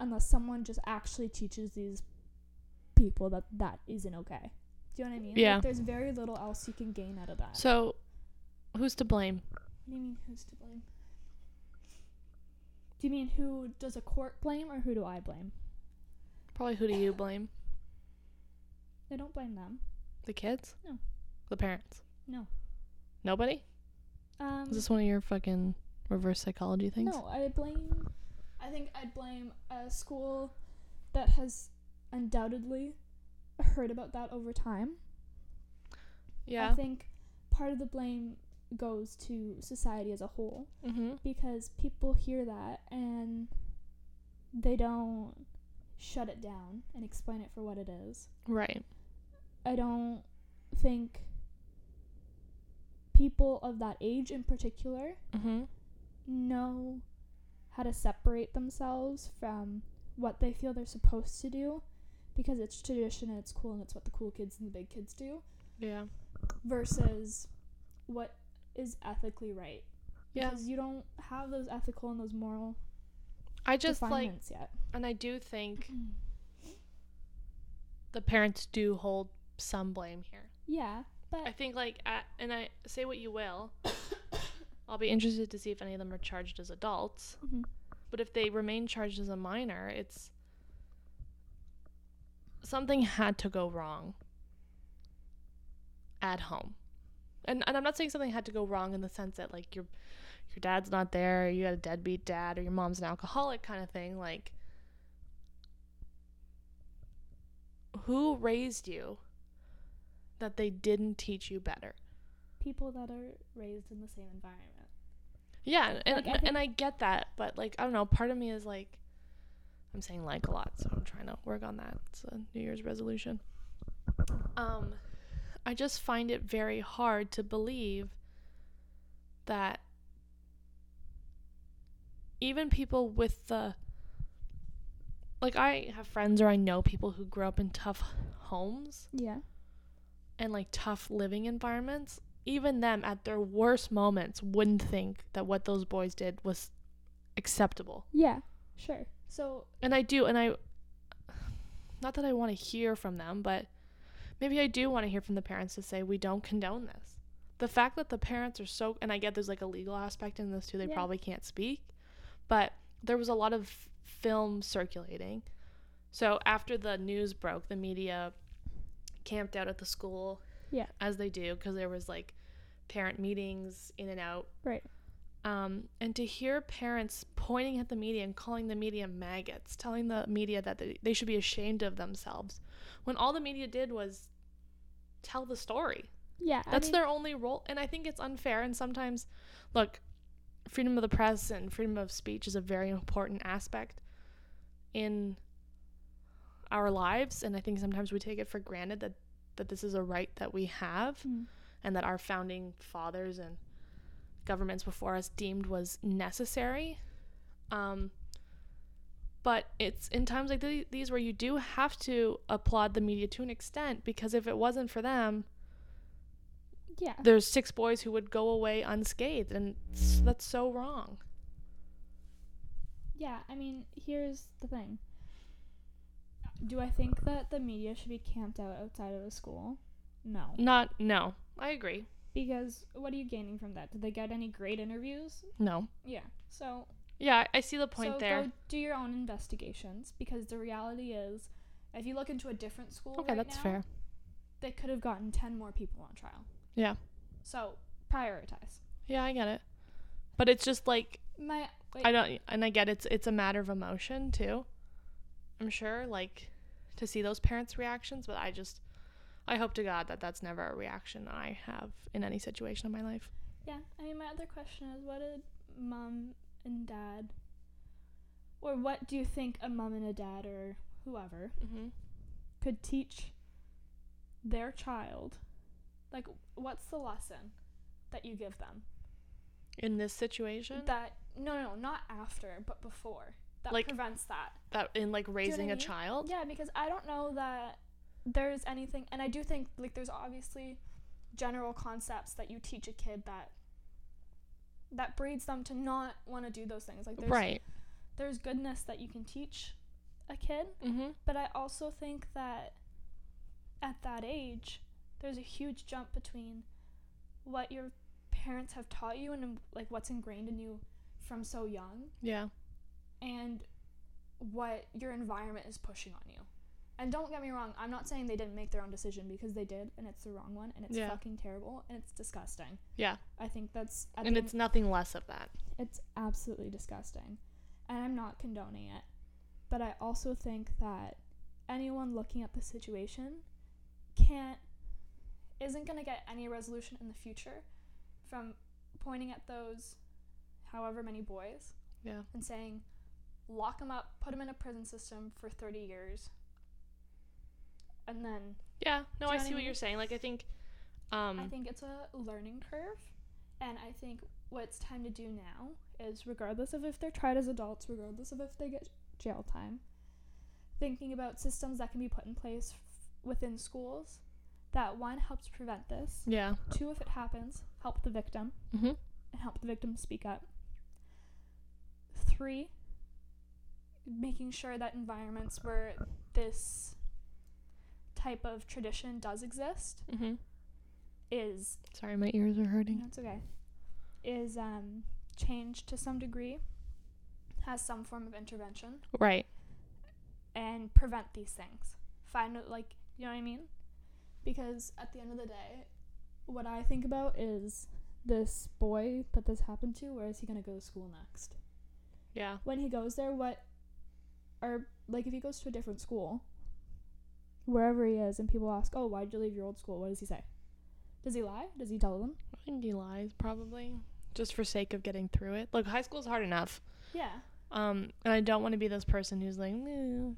[SPEAKER 2] unless someone just actually teaches these people that that isn't okay. Do you know what I mean? Like,
[SPEAKER 1] Yeah.
[SPEAKER 2] there's very little else you can gain out of that.
[SPEAKER 1] so who's to blame
[SPEAKER 2] what do you mean, who's to blame? Do you mean who does a court blame or who do I blame?
[SPEAKER 1] probably who do you blame
[SPEAKER 2] I don't blame them.
[SPEAKER 1] the kids
[SPEAKER 2] No.
[SPEAKER 1] the parents
[SPEAKER 2] No.
[SPEAKER 1] nobody
[SPEAKER 2] Um,
[SPEAKER 1] is this one of your fucking reverse psychology things
[SPEAKER 2] No, I blame. I think I'd blame a school that has undoubtedly heard about that over time. I
[SPEAKER 1] Yeah.
[SPEAKER 2] think part of the blame goes to society as a whole
[SPEAKER 1] Mm-hmm.
[SPEAKER 2] because people hear that and they don't shut it down and explain it for what it is.
[SPEAKER 1] Right.
[SPEAKER 2] I don't think people of that age in particular
[SPEAKER 1] Mm-hmm.
[SPEAKER 2] know how to separate themselves from what they feel they're supposed to do because it's tradition and it's cool and it's what the cool kids and the big kids do
[SPEAKER 1] Yeah.
[SPEAKER 2] versus what is ethically right.
[SPEAKER 1] Yeah.
[SPEAKER 2] Because you don't have those ethical and those moral
[SPEAKER 1] I just like,
[SPEAKER 2] refinements yet.
[SPEAKER 1] and I do think Mm. the parents do hold some blame here.
[SPEAKER 2] Yeah,
[SPEAKER 1] I
[SPEAKER 2] but
[SPEAKER 1] think like at, and I say what you will. I'll be interested to see if any of them are charged as adults.
[SPEAKER 2] Mhm.
[SPEAKER 1] But if they remain charged as a minor, it's something had to go wrong at home. And and I'm not saying something had to go wrong in the sense that like your your dad's not there, you had a deadbeat dad or your mom's an alcoholic kind of thing like who raised you that they didn't teach you better?
[SPEAKER 2] people that are raised in the same environment.
[SPEAKER 1] Yeah, and
[SPEAKER 2] Like, I
[SPEAKER 1] and-
[SPEAKER 2] think-
[SPEAKER 1] and I get that, but like I don't know, part of me is like I'm saying like a lot, so I'm trying to work on that. It's a New Year's resolution. Um I just find it very hard to believe that even people with the like I have friends or I know people who grew up in tough homes
[SPEAKER 2] Yeah.
[SPEAKER 1] and like tough living environments, even them at their worst moments wouldn't think that what those boys did was acceptable.
[SPEAKER 2] Yeah, sure. So,
[SPEAKER 1] And I do, and I, not that I want to hear from them, but maybe I do want to hear from the parents to say, we don't condone this. The fact that the parents are so, and I get there's like a legal aspect in this too, they
[SPEAKER 2] Yeah.
[SPEAKER 1] probably can't speak, but there was a lot of film circulating. So after the news broke, the media camped out at the school
[SPEAKER 2] Yeah.
[SPEAKER 1] as they do because there was like parent meetings in and out
[SPEAKER 2] right.
[SPEAKER 1] um, and to hear parents pointing at the media and calling the media maggots, telling the media that they, they should be ashamed of themselves, when all the media did was tell the story.
[SPEAKER 2] Yeah. I
[SPEAKER 1] That's
[SPEAKER 2] mean,
[SPEAKER 1] their only role. And I think it's unfair. And sometimes, look, freedom of the press and freedom of speech is a very important aspect in our lives. And I think sometimes we take it for granted that, that this is a right that we have
[SPEAKER 2] Mm,
[SPEAKER 1] and that our founding fathers and governments before us deemed was necessary. Um, but it's in times like the, these where you do have to applaud the media to an extent because if it wasn't for them,
[SPEAKER 2] yeah.
[SPEAKER 1] there's six boys who would go away unscathed, and s- that's so wrong.
[SPEAKER 2] Yeah, I mean, here's the thing. Do I think that the media should be camped out outside of a school? No.
[SPEAKER 1] Not, no, I agree.
[SPEAKER 2] Because what are you gaining from that? Did they get any great interviews?
[SPEAKER 1] No.
[SPEAKER 2] Yeah. So,
[SPEAKER 1] Yeah, I see the point
[SPEAKER 2] so
[SPEAKER 1] there.
[SPEAKER 2] go do your own investigations because the reality is if you look into a different school
[SPEAKER 1] okay,
[SPEAKER 2] right
[SPEAKER 1] that's
[SPEAKER 2] now,
[SPEAKER 1] fair.
[SPEAKER 2] they could have gotten 10 more people on trial.
[SPEAKER 1] Yeah.
[SPEAKER 2] So, prioritize.
[SPEAKER 1] Yeah, I get it. But it's just like
[SPEAKER 2] My wait,
[SPEAKER 1] I don't, and I get it's it's a matter of emotion too. I'm sure, like, to see those parents' reactions, but I just, I hope to God that that's never a reaction I have in any situation in my life.
[SPEAKER 2] Yeah, I mean, my other question is what did mom and dad, or what do you think a mom and a dad or whoever
[SPEAKER 1] Mm-hmm.
[SPEAKER 2] could teach their child? Like, what's the lesson that you give them?
[SPEAKER 1] In this situation, that,
[SPEAKER 2] That, no, no, no, not after, but before. That
[SPEAKER 1] Like-
[SPEAKER 2] prevents that.
[SPEAKER 1] in like raising
[SPEAKER 2] I
[SPEAKER 1] a
[SPEAKER 2] mean?
[SPEAKER 1] child,
[SPEAKER 2] Yeah, because I don't know that there's anything, and I do think like there's obviously general concepts that you teach a kid that that breeds them to not want to do those things. Like there's
[SPEAKER 1] right?
[SPEAKER 2] there's goodness that you can teach a kid,
[SPEAKER 1] Mm-hmm.
[SPEAKER 2] but I also think that at that age, there's a huge jump between what your parents have taught you and like what's ingrained in you from so young
[SPEAKER 1] Yeah,
[SPEAKER 2] and what your environment is pushing on you. And don't get me wrong, I'm not saying they didn't make their own decision because they did, and it's the wrong one, and it's
[SPEAKER 1] Yeah.
[SPEAKER 2] fucking terrible, and it's disgusting.
[SPEAKER 1] yeah,
[SPEAKER 2] I think that's at
[SPEAKER 1] and
[SPEAKER 2] the
[SPEAKER 1] it's nothing less of that.
[SPEAKER 2] it's absolutely disgusting. And I'm not condoning it. But I also think that
[SPEAKER 3] anyone looking at the situation can't isn't going to get any resolution in the future from pointing at those however many boys
[SPEAKER 1] Yeah.
[SPEAKER 3] and saying lock them up put them in a prison system for 30 years and then
[SPEAKER 1] Yeah.
[SPEAKER 3] Do you know
[SPEAKER 1] No, I
[SPEAKER 3] what
[SPEAKER 1] see
[SPEAKER 3] I
[SPEAKER 1] what
[SPEAKER 3] mean?
[SPEAKER 1] you're saying. Like I think um
[SPEAKER 3] I think it's a learning curve, and I think what's time to do now is, regardless of if they're tried as adults, regardless of if they get jail time, thinking about systems that can be put in place f- within schools that one helps prevent this,
[SPEAKER 1] Yeah.
[SPEAKER 3] two, if it happens, help the victim
[SPEAKER 1] Mm-hmm.
[SPEAKER 3] and help the victim speak up, three, making sure that environments where this type of tradition does exist
[SPEAKER 1] Mm-hmm.
[SPEAKER 3] is
[SPEAKER 1] Sorry, my ears are hurting.
[SPEAKER 3] That's okay. Is um changed to some degree, has some form of intervention,
[SPEAKER 1] Right.
[SPEAKER 3] and prevent these things. Find it like you know what I mean? Because at the end of the day, what I think about is this boy that this happened to, where is he gonna go to school next?
[SPEAKER 1] Yeah.
[SPEAKER 3] When he goes there, what or like if he goes to a different school, wherever he is, and people ask, Oh, why'd you leave your old school? What does he say? Does he lie? Does he tell them?
[SPEAKER 1] I think he lies probably just for sake of getting through it. Like high school's hard enough.
[SPEAKER 3] Yeah.
[SPEAKER 1] Um and I don't want to be this person who's like "Meh,"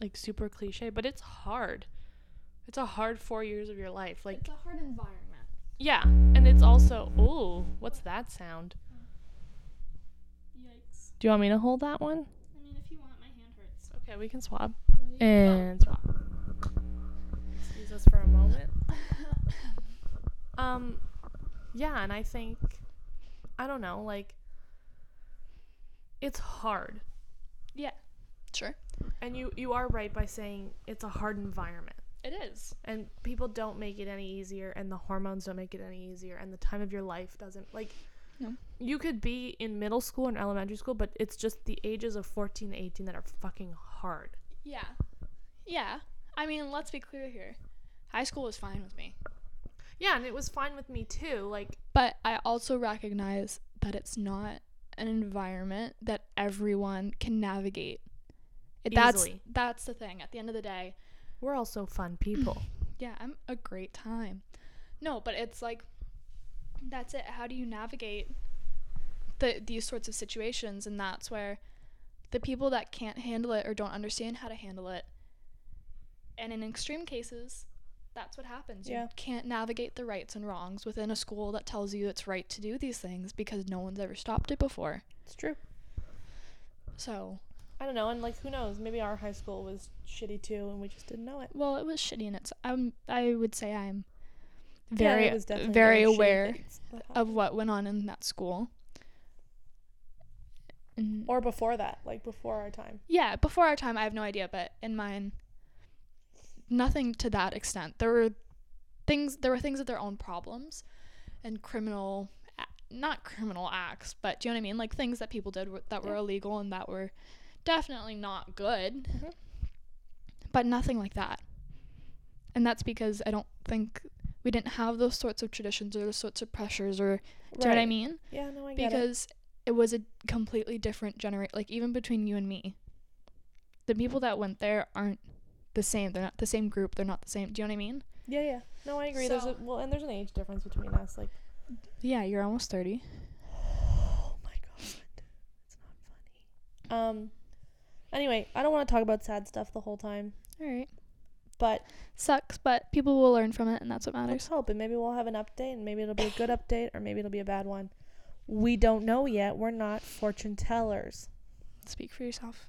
[SPEAKER 1] like super cliche, but it's hard. It's a hard 4 years of your life. Like
[SPEAKER 3] it's a hard environment.
[SPEAKER 1] yeah, and it's also ooh, what's that sound?
[SPEAKER 3] Yikes.
[SPEAKER 1] Do you want me to hold that one?
[SPEAKER 3] I mean, if you want, my hand hurts.
[SPEAKER 1] Okay, we can swab.
[SPEAKER 3] Ready?
[SPEAKER 1] And swap. Excuse us for a moment. um, yeah, and I think, I don't know, like, it's hard,
[SPEAKER 3] Sure.
[SPEAKER 1] and you you are right by saying it's a hard environment,
[SPEAKER 3] It is.
[SPEAKER 1] and people don't make it any easier, and the hormones don't make it any easier, and the time of your life doesn't like.
[SPEAKER 3] No.
[SPEAKER 1] You could be in middle school and elementary school, but it's just the ages of 14 to 18 that are fucking hard.
[SPEAKER 3] Yeah. Yeah. I mean, let's be clear here. High school was fine with me.
[SPEAKER 1] Yeah, and it was fine with me too. Like,
[SPEAKER 2] But I also recognize that it's not an environment that everyone can navigate. It- That's
[SPEAKER 1] Easily.
[SPEAKER 2] that's the thing. At the end of the day,
[SPEAKER 1] we're also fun people.
[SPEAKER 2] yeah, I'm a great time. No, but it's like that's it. How do you navigate the these sorts of situations? And that's where the people that can't handle it or don't understand how to handle it, and in extreme cases, that's what happens.
[SPEAKER 1] Yeah.
[SPEAKER 2] You can't navigate the rights and wrongs within a school that tells you it's right to do these things because no one's ever stopped it before.
[SPEAKER 1] It's true.
[SPEAKER 2] So,
[SPEAKER 1] I don't know, and like who knows? Maybe our high school was shitty too, and we just didn't know it.
[SPEAKER 2] well, it was shitty, and it's I'm I would say I'm
[SPEAKER 1] Yeah,
[SPEAKER 2] very
[SPEAKER 1] it was definitely
[SPEAKER 2] very
[SPEAKER 1] a shitty
[SPEAKER 2] aware
[SPEAKER 1] things that
[SPEAKER 2] of
[SPEAKER 1] happened.
[SPEAKER 2] what went on in that school. And-
[SPEAKER 1] or before that, like before our time.
[SPEAKER 2] yeah, before our time, I have no idea, but in mine, nothing to that extent. There were things. There were things of their own problems, and criminal, a- not criminal acts, but do you know what I mean? Like things that people did were, that were
[SPEAKER 1] Yeah.
[SPEAKER 2] illegal and that were definitely not good,
[SPEAKER 1] Mhm.
[SPEAKER 2] but nothing like that. And that's because I don't think we didn't have those sorts of traditions or those sorts of pressures or do you know what I mean?
[SPEAKER 1] Yeah, no, I get it.
[SPEAKER 2] because it. was a completely different generation like even between you and me the people that went there aren't the same they're not the same group they're not the same do you know what i mean
[SPEAKER 1] Yeah, yeah. No, I agree. There's a
[SPEAKER 2] So-
[SPEAKER 1] well, and there's an age difference between us. Like,
[SPEAKER 2] yeah you're almost 30
[SPEAKER 1] oh my god, it's not funny. Um. Anyway, I don't want to talk about sad stuff the whole time,
[SPEAKER 2] all right
[SPEAKER 1] but
[SPEAKER 2] sucks but people will learn from it and that's what
[SPEAKER 1] let's
[SPEAKER 2] matters
[SPEAKER 1] hope, and maybe we'll have an update, and maybe it'll be a good update, or maybe it'll be a bad one. We don't know yet. We're not fortune tellers.
[SPEAKER 2] speak for yourself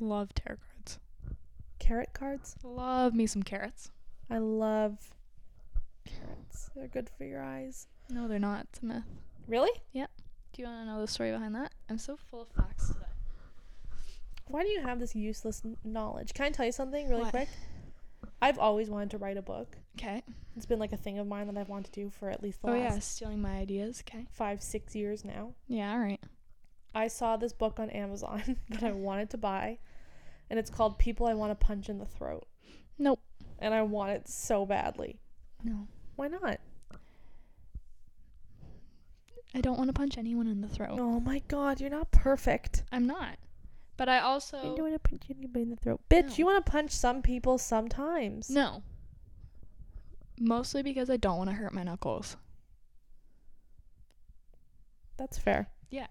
[SPEAKER 2] love tarot cards
[SPEAKER 1] Carrot cards.
[SPEAKER 2] love me some carrots
[SPEAKER 1] I love carrots. They're good for your eyes.
[SPEAKER 2] no they're not it's a myth
[SPEAKER 1] Really?
[SPEAKER 2] do you want to know the story behind that i'm so full of facts today
[SPEAKER 1] Why do you have this useless n- knowledge? Can I tell you something really
[SPEAKER 2] What?
[SPEAKER 1] quick? I've always wanted to write a book.
[SPEAKER 2] okay
[SPEAKER 1] It's been like a thing of mine that I've wanted to do for at least the
[SPEAKER 2] oh
[SPEAKER 1] last
[SPEAKER 2] yeah stealing my ideas okay
[SPEAKER 1] five, six years now.
[SPEAKER 2] yeah all right
[SPEAKER 1] I saw this book on Amazon that I wanted to buy, and it's called People I Want to Punch in the Throat.
[SPEAKER 2] nope
[SPEAKER 1] And I want it so badly.
[SPEAKER 2] no
[SPEAKER 1] Why not?
[SPEAKER 2] i don't want to punch anyone in the throat
[SPEAKER 1] Oh my god, you're not perfect.
[SPEAKER 2] I'm not. But I also
[SPEAKER 1] don't want to punch anybody in the throat. Bitch,
[SPEAKER 2] No.
[SPEAKER 1] you want to punch some people sometimes.
[SPEAKER 2] No. Mostly because I don't want to hurt my knuckles.
[SPEAKER 1] That's fair.
[SPEAKER 2] Yeah.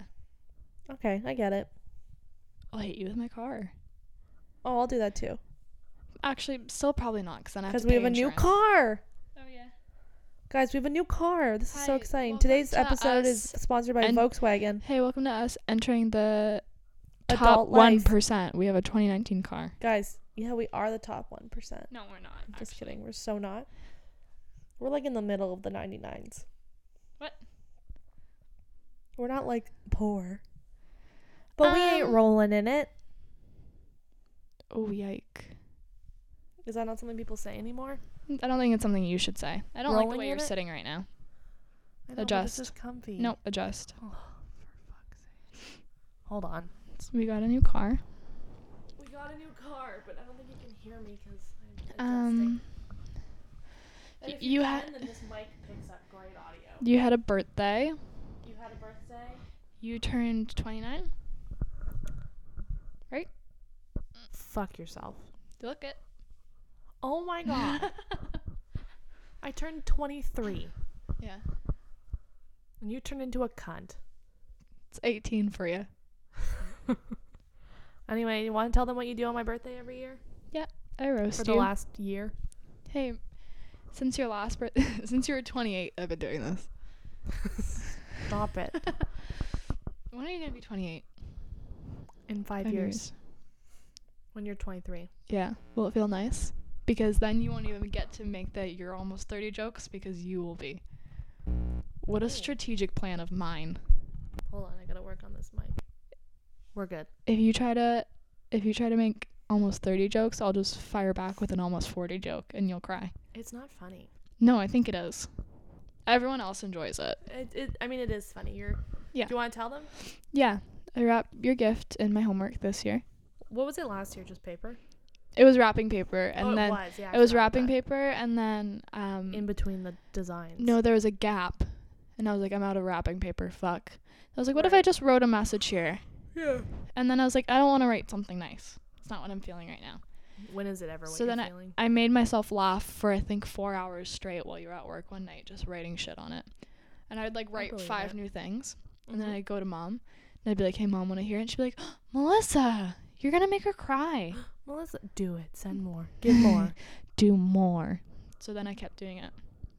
[SPEAKER 1] Okay, I get it.
[SPEAKER 2] I'll hit you with my car.
[SPEAKER 1] Oh, I'll do that too.
[SPEAKER 2] Actually, still probably not because then I have
[SPEAKER 1] Because
[SPEAKER 2] to
[SPEAKER 1] we
[SPEAKER 2] pay
[SPEAKER 1] have a new
[SPEAKER 2] insurance.
[SPEAKER 1] car.
[SPEAKER 4] Oh yeah.
[SPEAKER 1] Guys, we have a new car. This is so
[SPEAKER 2] Hi,
[SPEAKER 1] exciting.
[SPEAKER 2] welcome
[SPEAKER 1] Today's
[SPEAKER 2] to
[SPEAKER 1] episode is
[SPEAKER 2] us
[SPEAKER 1] sponsored by
[SPEAKER 2] and-
[SPEAKER 1] Volkswagen.
[SPEAKER 2] Hey, welcome to us entering the top
[SPEAKER 1] Adult
[SPEAKER 2] one
[SPEAKER 1] life.
[SPEAKER 2] percent. We have a 2019 car.
[SPEAKER 1] Guys, yeah, we are the top 1%. Just
[SPEAKER 2] No, we're not.
[SPEAKER 1] kidding. We're so not. We're like in the middle of the 99s.
[SPEAKER 2] What?
[SPEAKER 1] We're not like poor. But we ain't
[SPEAKER 2] Um,
[SPEAKER 1] rolling in it.
[SPEAKER 2] Oh yike!
[SPEAKER 1] Is that not something people say anymore?
[SPEAKER 2] I don't think it's something you should say. I don't like the
[SPEAKER 1] Rolling
[SPEAKER 2] way you're
[SPEAKER 1] in it?
[SPEAKER 2] sitting right now.
[SPEAKER 1] I know, but This
[SPEAKER 2] Adjust.
[SPEAKER 1] is comfy.
[SPEAKER 2] Nope, adjust.
[SPEAKER 1] Hold on.
[SPEAKER 2] We got a new car.
[SPEAKER 1] We got a new car, but I don't think you can hear me because
[SPEAKER 2] Um,
[SPEAKER 1] and
[SPEAKER 2] y-
[SPEAKER 1] if you,
[SPEAKER 2] you
[SPEAKER 1] can,
[SPEAKER 2] had-
[SPEAKER 1] then this mic picks up great audio.
[SPEAKER 2] you had a birthday.
[SPEAKER 1] You had a birthday.
[SPEAKER 2] You turned 29.
[SPEAKER 1] Fuck yourself.
[SPEAKER 2] You look it.
[SPEAKER 1] Oh my god. I turned 23
[SPEAKER 2] Yeah.
[SPEAKER 1] and you turned into a cunt.
[SPEAKER 2] It's 18 for you.
[SPEAKER 1] Anyway, you want to tell them what you do on my birthday every year?
[SPEAKER 2] I roast
[SPEAKER 1] For the
[SPEAKER 2] you.
[SPEAKER 1] last year?
[SPEAKER 2] hey, since your last birth, since you were 28, I've been doing this.
[SPEAKER 1] Stop it.
[SPEAKER 2] When are you gonna be 28?
[SPEAKER 1] In five, years, when you're 23.
[SPEAKER 2] Yeah. Will it feel nice? Because then you won't even get to make the you're almost 30 jokes because you will be. What a
[SPEAKER 1] Ooh.
[SPEAKER 2] strategic plan of mine.
[SPEAKER 1] Hold on, I gotta work on this mic. We're good.
[SPEAKER 2] If you try to, if you try to make almost 30 jokes, I'll just fire back with an almost 40 joke and you'll cry.
[SPEAKER 1] It's not funny.
[SPEAKER 2] No, I think it is. Everyone else enjoys it.
[SPEAKER 1] It, it, I mean, it is funny. You're.
[SPEAKER 2] Yeah.
[SPEAKER 1] Do you want to tell them?
[SPEAKER 2] Yeah, I wrapped your gift in my homework this year.
[SPEAKER 1] What was it last year? Just paper.
[SPEAKER 2] It was wrapping paper, and
[SPEAKER 1] oh,
[SPEAKER 2] then
[SPEAKER 1] it was. Yeah. I
[SPEAKER 2] it was
[SPEAKER 1] forgot about
[SPEAKER 2] wrapping
[SPEAKER 1] that.
[SPEAKER 2] paper, and then um,
[SPEAKER 1] in between the designs.
[SPEAKER 2] no, there was a gap, and I was like, I'm out of wrapping paper. Fuck. I was like, what if I
[SPEAKER 1] Right.
[SPEAKER 2] just wrote a message here?
[SPEAKER 1] Yeah.
[SPEAKER 2] And then I was like, I don't want to write something nice. It's not what I'm feeling right now.
[SPEAKER 1] When is it ever? What
[SPEAKER 2] So
[SPEAKER 1] you're
[SPEAKER 2] then
[SPEAKER 1] feeling?
[SPEAKER 2] I made myself laugh for I think four hours straight while you were at work one night, just writing shit on it. And I'd like write
[SPEAKER 1] believe
[SPEAKER 2] five
[SPEAKER 1] it.
[SPEAKER 2] new things, and
[SPEAKER 1] Mm-hmm.
[SPEAKER 2] then I'd go to mom, and I'd be like, Hey, mom, want to hear it? And she'd be like, Melissa, you're gonna make her cry.
[SPEAKER 1] Melissa, do it. Send more. Give more.
[SPEAKER 2] do more. So then I kept doing it.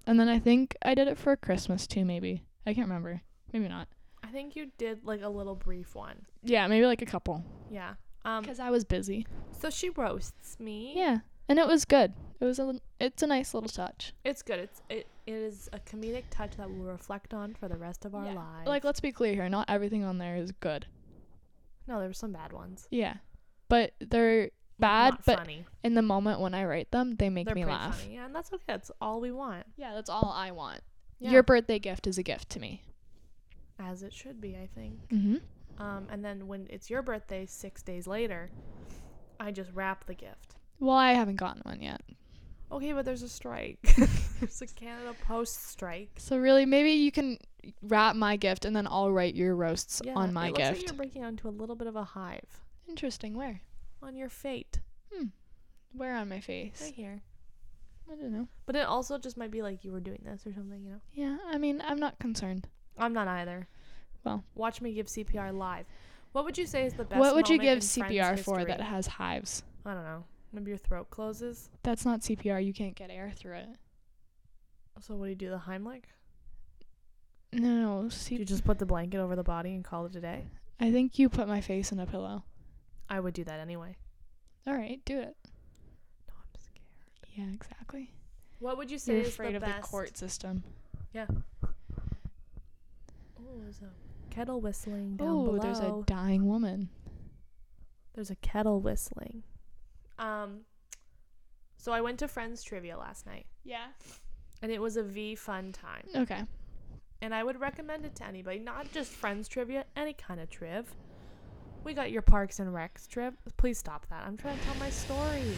[SPEAKER 2] And then I think I did it for Christmas too, maybe. I can't remember. Maybe not.
[SPEAKER 1] I think you did like a little brief one.
[SPEAKER 2] Yeah, maybe like a couple.
[SPEAKER 1] Yeah. Um.
[SPEAKER 2] Because I was busy.
[SPEAKER 1] So she roasts me.
[SPEAKER 2] Yeah. And it was good. It was a l- it's a nice little touch.
[SPEAKER 1] It's good. It's it, it is a comedic touch that we'll reflect on for the rest of our
[SPEAKER 2] Yeah.
[SPEAKER 1] lives.
[SPEAKER 2] Like let's be clear here, not everything on there is good.
[SPEAKER 1] no, there were some bad ones.
[SPEAKER 2] Yeah. But they're bad,
[SPEAKER 1] Not
[SPEAKER 2] but
[SPEAKER 1] funny.
[SPEAKER 2] in the moment when I write them, they make
[SPEAKER 1] They're
[SPEAKER 2] me
[SPEAKER 1] pretty
[SPEAKER 2] laugh.
[SPEAKER 1] funny. Yeah, and that's okay. That's all we want.
[SPEAKER 2] Yeah, that's all I want.
[SPEAKER 1] Yeah.
[SPEAKER 2] Your birthday gift is a gift to me.
[SPEAKER 1] as it should be, I think.
[SPEAKER 2] Mhm.
[SPEAKER 1] Um, and then when it's your birthday six days later, I just wrap the gift.
[SPEAKER 2] Well, I haven't gotten one yet.
[SPEAKER 1] Okay, but there's a strike. there's a Canada Post strike.
[SPEAKER 2] So really, maybe you can wrap my gift and then I'll write your roasts
[SPEAKER 1] Yeah,
[SPEAKER 2] on
[SPEAKER 1] it
[SPEAKER 2] my
[SPEAKER 1] looks
[SPEAKER 2] gift.
[SPEAKER 1] Like you're breaking out into a little bit of a hive
[SPEAKER 2] Interesting. Where?
[SPEAKER 1] on your fate
[SPEAKER 2] Where on my face?
[SPEAKER 1] right here.
[SPEAKER 2] I don't know.
[SPEAKER 1] But it also just might be like you were doing this or something. You know,
[SPEAKER 2] Yeah, I mean, I'm not concerned.
[SPEAKER 1] I'm not either.
[SPEAKER 2] Well.
[SPEAKER 1] watch me give CPR live. What would you say is the best?
[SPEAKER 2] what would you
[SPEAKER 1] moment
[SPEAKER 2] give
[SPEAKER 1] in Friends
[SPEAKER 2] CPR for that
[SPEAKER 1] history?
[SPEAKER 2] has hives?
[SPEAKER 1] I don't know. Maybe your throat closes.
[SPEAKER 2] That's not CPR. You can't get air through it.
[SPEAKER 1] So what do you do? The Heimlich?
[SPEAKER 2] No, no.
[SPEAKER 1] Do
[SPEAKER 2] C-
[SPEAKER 1] you just put the blanket over the body and call it a day?
[SPEAKER 2] I think you put my face in a pillow.
[SPEAKER 1] I would do that anyway.
[SPEAKER 2] All right, do it.
[SPEAKER 1] No, I'm scared.
[SPEAKER 2] Yeah, exactly.
[SPEAKER 1] What would you say
[SPEAKER 2] You're
[SPEAKER 1] is
[SPEAKER 2] afraid
[SPEAKER 1] the
[SPEAKER 2] of
[SPEAKER 1] best?
[SPEAKER 2] the court system.
[SPEAKER 1] Oh, there's a kettle whistling down
[SPEAKER 2] Oh,
[SPEAKER 1] below.
[SPEAKER 2] there's a dying woman.
[SPEAKER 1] there's a kettle whistling. Um, so I went to Friends Trivia last night,
[SPEAKER 2] Yeah.
[SPEAKER 1] and it was a V fun time.
[SPEAKER 2] Okay.
[SPEAKER 1] And I would recommend it to anybody, not just Friends Trivia, any kind of triv. We got your Parks and Recs trip. Please stop that. I'm trying to tell my story.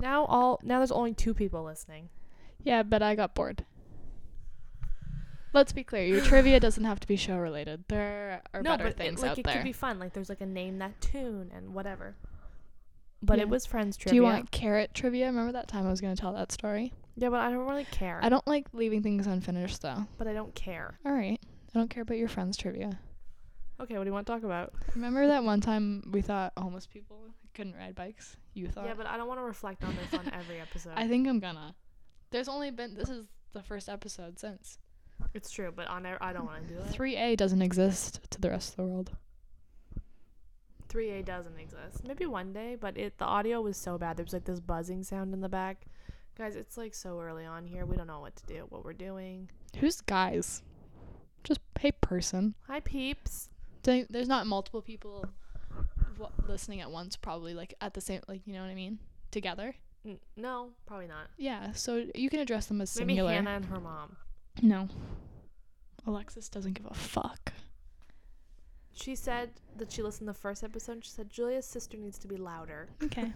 [SPEAKER 1] Now all now there's only two people listening.
[SPEAKER 2] Yeah, but I got bored. Let's be clear. Your trivia doesn't have to be show related. There are better
[SPEAKER 1] but
[SPEAKER 2] things
[SPEAKER 1] it, like
[SPEAKER 2] out
[SPEAKER 1] it
[SPEAKER 2] there.
[SPEAKER 1] could be fun. Like there's like a name that tune and whatever. But
[SPEAKER 2] Yeah.
[SPEAKER 1] it was friends trivia.
[SPEAKER 2] Do you want carrot trivia? Remember that time I was going to tell that story?
[SPEAKER 1] Yeah, but I don't really care.
[SPEAKER 2] I don't like leaving things unfinished, though.
[SPEAKER 1] but I don't care.
[SPEAKER 2] All right. I don't care about your friends' trivia.
[SPEAKER 1] Okay, what do you want to talk about?
[SPEAKER 2] Remember that one time we thought homeless people couldn't ride bikes? You thought?
[SPEAKER 1] Yeah, but uh, I don't want to reflect on this on every episode.
[SPEAKER 2] I think I'm gonna. There's only been this is the first episode since.
[SPEAKER 1] it's true, but on e- I don't want to do it.
[SPEAKER 2] 3A doesn't exist to the rest of the world.
[SPEAKER 1] 3A doesn't exist. Maybe one day, but it the audio was so bad. There was like this buzzing sound in the back. Guys, it's like so early on here. We don't know what to do, what we're doing.
[SPEAKER 2] Who's guys? Just hey person.
[SPEAKER 1] Hi peeps.
[SPEAKER 2] They- There's not multiple people w- listening at once probably like at the same like you know what I mean together.
[SPEAKER 1] N- no, probably not.
[SPEAKER 2] Yeah, so you can address them as
[SPEAKER 1] Maybe
[SPEAKER 2] singular.
[SPEAKER 1] Hannah and her mom.
[SPEAKER 2] No. Alexis doesn't give a fuck.
[SPEAKER 1] She said that she listened to the first episode. and She said Julia's sister needs to be louder.
[SPEAKER 2] Okay.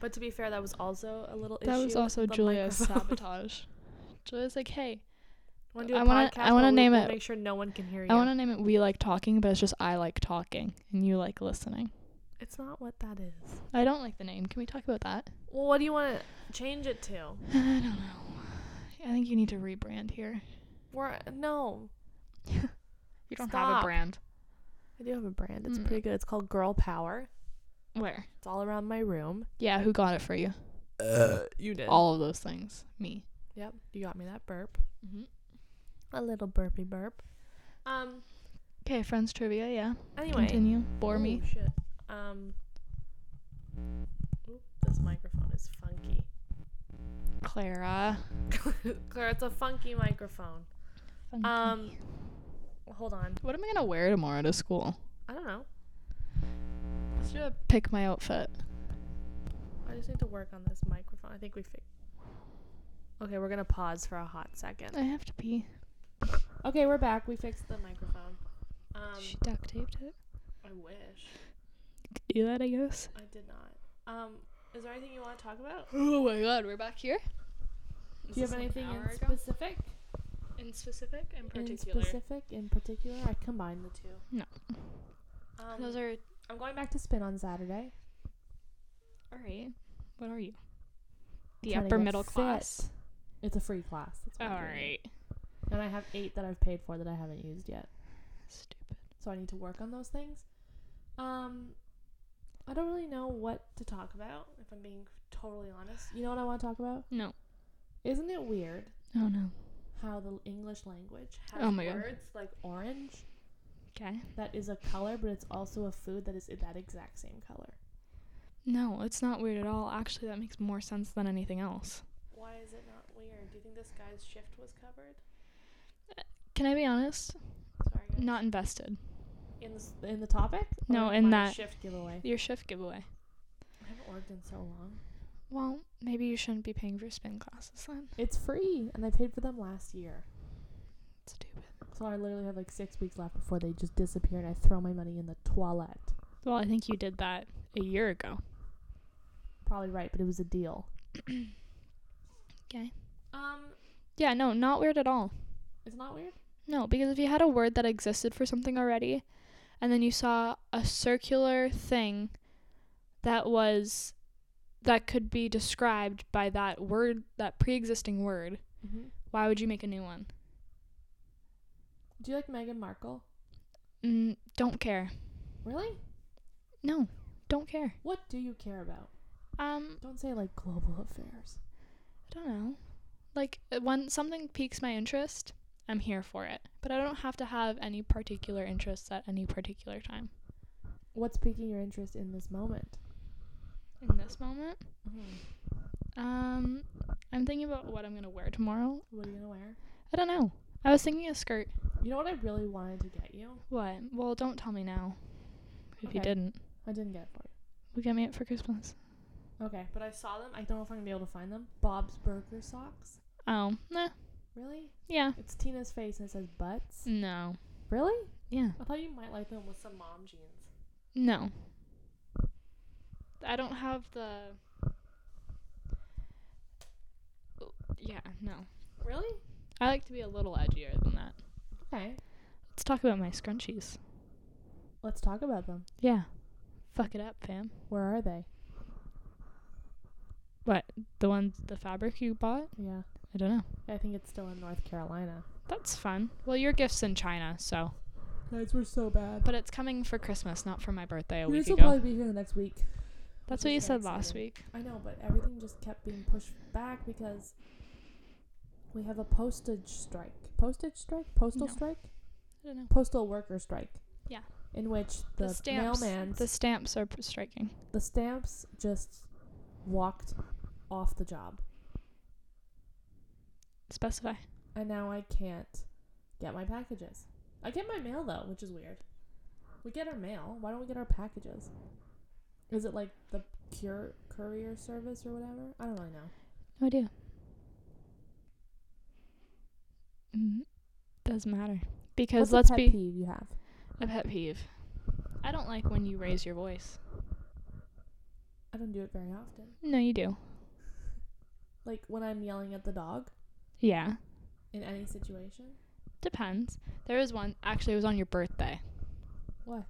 [SPEAKER 1] But to be fair, that was also a little issue.
[SPEAKER 2] that was
[SPEAKER 1] with
[SPEAKER 2] also
[SPEAKER 1] the
[SPEAKER 2] Julia's
[SPEAKER 1] microphone.
[SPEAKER 2] sabotage. Julia's like, "Hey,
[SPEAKER 1] Wanna do a
[SPEAKER 2] I wanna-
[SPEAKER 1] podcast
[SPEAKER 2] I wanna
[SPEAKER 1] while we-
[SPEAKER 2] name
[SPEAKER 1] we'll
[SPEAKER 2] it-
[SPEAKER 1] Make sure no one can hear you.
[SPEAKER 2] I want to name it We Like Talking, but it's just I Like Talking and you like listening.
[SPEAKER 1] It's not what that is.
[SPEAKER 2] I don't like the name. Can we talk about that?
[SPEAKER 1] Well, what do you want to change it to?
[SPEAKER 2] I don't know. I think you need to rebrand here.
[SPEAKER 1] We're no.
[SPEAKER 2] You don't have
[SPEAKER 1] Stop.
[SPEAKER 2] a brand.
[SPEAKER 1] I do have a brand. It's
[SPEAKER 2] Mm.
[SPEAKER 1] pretty good. It's called Girl Power.
[SPEAKER 2] Where?
[SPEAKER 1] It's all around my room.
[SPEAKER 2] Yeah, who got it for you?
[SPEAKER 1] You did.
[SPEAKER 2] All of those things. Me.
[SPEAKER 1] Yep. You got me that burp.
[SPEAKER 2] Mhm.
[SPEAKER 1] A little burpy burp. Um.
[SPEAKER 2] Okay, friends trivia, yeah.
[SPEAKER 1] Anyway.
[SPEAKER 2] Continue. Bore
[SPEAKER 1] Ooh,
[SPEAKER 2] me.
[SPEAKER 1] Shit. Um. Oop, this microphone is funky.
[SPEAKER 2] Clara.
[SPEAKER 1] Claire, it's a funky microphone.
[SPEAKER 2] Funky.
[SPEAKER 1] Um, hold on.
[SPEAKER 2] what am I going to wear tomorrow to school?
[SPEAKER 1] I don't know.
[SPEAKER 2] Let's do a pick my outfit.
[SPEAKER 1] I just need to work on this microphone. I think we fix. Okay, we're gonna pause for a hot second.
[SPEAKER 2] I have to pee.
[SPEAKER 1] Okay, we're back. We fixed the microphone. Um,
[SPEAKER 2] she duct taped it.
[SPEAKER 1] I wish
[SPEAKER 2] Could do that, I guess.
[SPEAKER 1] I did not. Um, is there anything you want to talk about?
[SPEAKER 2] Oh my god, we're back here?
[SPEAKER 1] Is
[SPEAKER 4] Do you
[SPEAKER 1] this
[SPEAKER 4] have
[SPEAKER 1] an
[SPEAKER 4] anything
[SPEAKER 1] hour
[SPEAKER 4] in
[SPEAKER 1] ago?
[SPEAKER 4] specific?
[SPEAKER 2] In specific? In
[SPEAKER 1] in specific? In particular, I combined the two.
[SPEAKER 2] No.
[SPEAKER 1] Um,
[SPEAKER 2] Those are.
[SPEAKER 1] I'm going back to spin on Saturday.
[SPEAKER 2] Alright. What are you? The
[SPEAKER 1] Trying to
[SPEAKER 2] upper
[SPEAKER 1] get
[SPEAKER 2] middle
[SPEAKER 1] fit.
[SPEAKER 2] class.
[SPEAKER 1] It's a free class. That's what I'm doing.
[SPEAKER 2] Alright.
[SPEAKER 1] And I have eight that I've paid for that I haven't used yet.
[SPEAKER 2] Stupid.
[SPEAKER 1] so I need to work on those things. Um, I don't really know what to talk about if I'm being totally honest. You know what I want to talk about?
[SPEAKER 2] No.
[SPEAKER 1] Isn't it weird
[SPEAKER 2] Oh no.
[SPEAKER 1] how the English language has
[SPEAKER 2] Oh my God.
[SPEAKER 1] words like orange
[SPEAKER 2] Okay.
[SPEAKER 1] that is a color, but it's also a food that is that exact same color?
[SPEAKER 2] No, it's not weird at all. Actually, that makes more sense than anything else.
[SPEAKER 1] Why is it not weird? Do you think this guy's shift was covered?
[SPEAKER 2] Can I be honest?
[SPEAKER 1] Sorry, guys.
[SPEAKER 2] Not invested.
[SPEAKER 1] in the s- in the topic. Or
[SPEAKER 2] No, in
[SPEAKER 1] my
[SPEAKER 2] that-
[SPEAKER 1] shift giveaway.
[SPEAKER 2] Your shift giveaway.
[SPEAKER 1] I haven't worked in so long.
[SPEAKER 2] Well, maybe you shouldn't be paying for spin classes then.
[SPEAKER 1] It's free, and I paid for them last year.
[SPEAKER 2] Stupid.
[SPEAKER 1] So I literally have like six weeks left before they just disappear and I throw my money in the toilet.
[SPEAKER 2] Well, I think you did that a year ago.
[SPEAKER 1] Probably right, but it was a deal.
[SPEAKER 2] Okay.
[SPEAKER 1] Um,
[SPEAKER 2] Yeah, no, not weird at all.
[SPEAKER 1] it's not weird.
[SPEAKER 2] No, because if you had a word that existed for something already, and then you saw a circular thing that was that could be described by that word, that pre-existing word,
[SPEAKER 1] Mm-hmm.
[SPEAKER 2] why would you make a new one?
[SPEAKER 1] Do you like Meghan Markle?
[SPEAKER 2] Mm, don't care.
[SPEAKER 1] Really?
[SPEAKER 2] No, don't care.
[SPEAKER 1] What do you care about?
[SPEAKER 2] Um,
[SPEAKER 1] Don't say like global affairs.
[SPEAKER 2] I don't know. Like uh, when something piques my interest, I'm here for it. But I don't have to have any particular interests at any particular time.
[SPEAKER 1] What's piquing your interest in this moment?
[SPEAKER 2] In this moment,
[SPEAKER 1] Mm-hmm.
[SPEAKER 2] um, I'm thinking about what I'm gonna wear tomorrow.
[SPEAKER 1] What are you gonna wear?
[SPEAKER 2] I don't know. I was thinking a skirt.
[SPEAKER 1] You know what I really wanted to get you?
[SPEAKER 2] What? Well, don't tell me now. If you
[SPEAKER 1] Okay.
[SPEAKER 2] didn't,
[SPEAKER 1] I didn't get it for you.
[SPEAKER 2] we got me it for Christmas.
[SPEAKER 1] Okay, but I saw them. I don't know if I'm gonna be able to find them. Bob's Burger socks.
[SPEAKER 2] Oh, nah.
[SPEAKER 1] Really?
[SPEAKER 2] Yeah.
[SPEAKER 1] It's Tina's face and it says butts.
[SPEAKER 2] No.
[SPEAKER 1] Really?
[SPEAKER 2] Yeah.
[SPEAKER 1] Mm. I thought you might like them with some mom jeans.
[SPEAKER 2] No. I don't have the. Yeah, no.
[SPEAKER 1] Really?
[SPEAKER 2] I I like to be a little edgier than that.
[SPEAKER 1] Okay.
[SPEAKER 2] Let's talk about my scrunchies.
[SPEAKER 1] Let's talk about them.
[SPEAKER 2] Yeah. Fuck it up, fam.
[SPEAKER 1] Where are they?
[SPEAKER 2] What? The ones, the fabric you bought?
[SPEAKER 1] Yeah.
[SPEAKER 2] I don't know.
[SPEAKER 1] I think it's still in North Carolina.
[SPEAKER 2] That's fun. Well, your gift's in China, so.
[SPEAKER 4] Guys, we're so bad.
[SPEAKER 2] But it's coming for Christmas, not for my birthday a
[SPEAKER 1] We're
[SPEAKER 2] week
[SPEAKER 1] still
[SPEAKER 2] ago.
[SPEAKER 1] probably be here the next week.
[SPEAKER 2] That's
[SPEAKER 1] We're
[SPEAKER 2] what you
[SPEAKER 1] just very
[SPEAKER 2] said last
[SPEAKER 1] excited.
[SPEAKER 2] week.
[SPEAKER 1] I know, but everything just kept being pushed back because we have a postage strike. Postage strike? Postal
[SPEAKER 2] No.
[SPEAKER 1] strike?
[SPEAKER 2] I don't know.
[SPEAKER 1] Postal worker strike.
[SPEAKER 2] Yeah.
[SPEAKER 1] In which the,
[SPEAKER 2] The, stamps.
[SPEAKER 1] mailmans,
[SPEAKER 2] The
[SPEAKER 1] the,
[SPEAKER 2] stamps are p- striking.
[SPEAKER 1] stamps just walked off the job.
[SPEAKER 2] Specify.
[SPEAKER 1] And now I can't get my packages. I get my mail though, which is weird. We get our mail. Why don't we get our packages? Is it like the cure courier service or whatever? I don't really know.
[SPEAKER 2] No idea. Mm, doesn't matter because
[SPEAKER 1] What's a
[SPEAKER 2] let's
[SPEAKER 1] pet
[SPEAKER 2] be
[SPEAKER 1] peeve you have?
[SPEAKER 2] a pet peeve. I don't like when you raise your voice.
[SPEAKER 1] I don't do it very often.
[SPEAKER 2] No, you do.
[SPEAKER 1] Like when I'm yelling at the dog
[SPEAKER 2] Yeah,
[SPEAKER 1] in any situation.
[SPEAKER 2] depends. There was one actually. It was on your birthday.
[SPEAKER 1] What?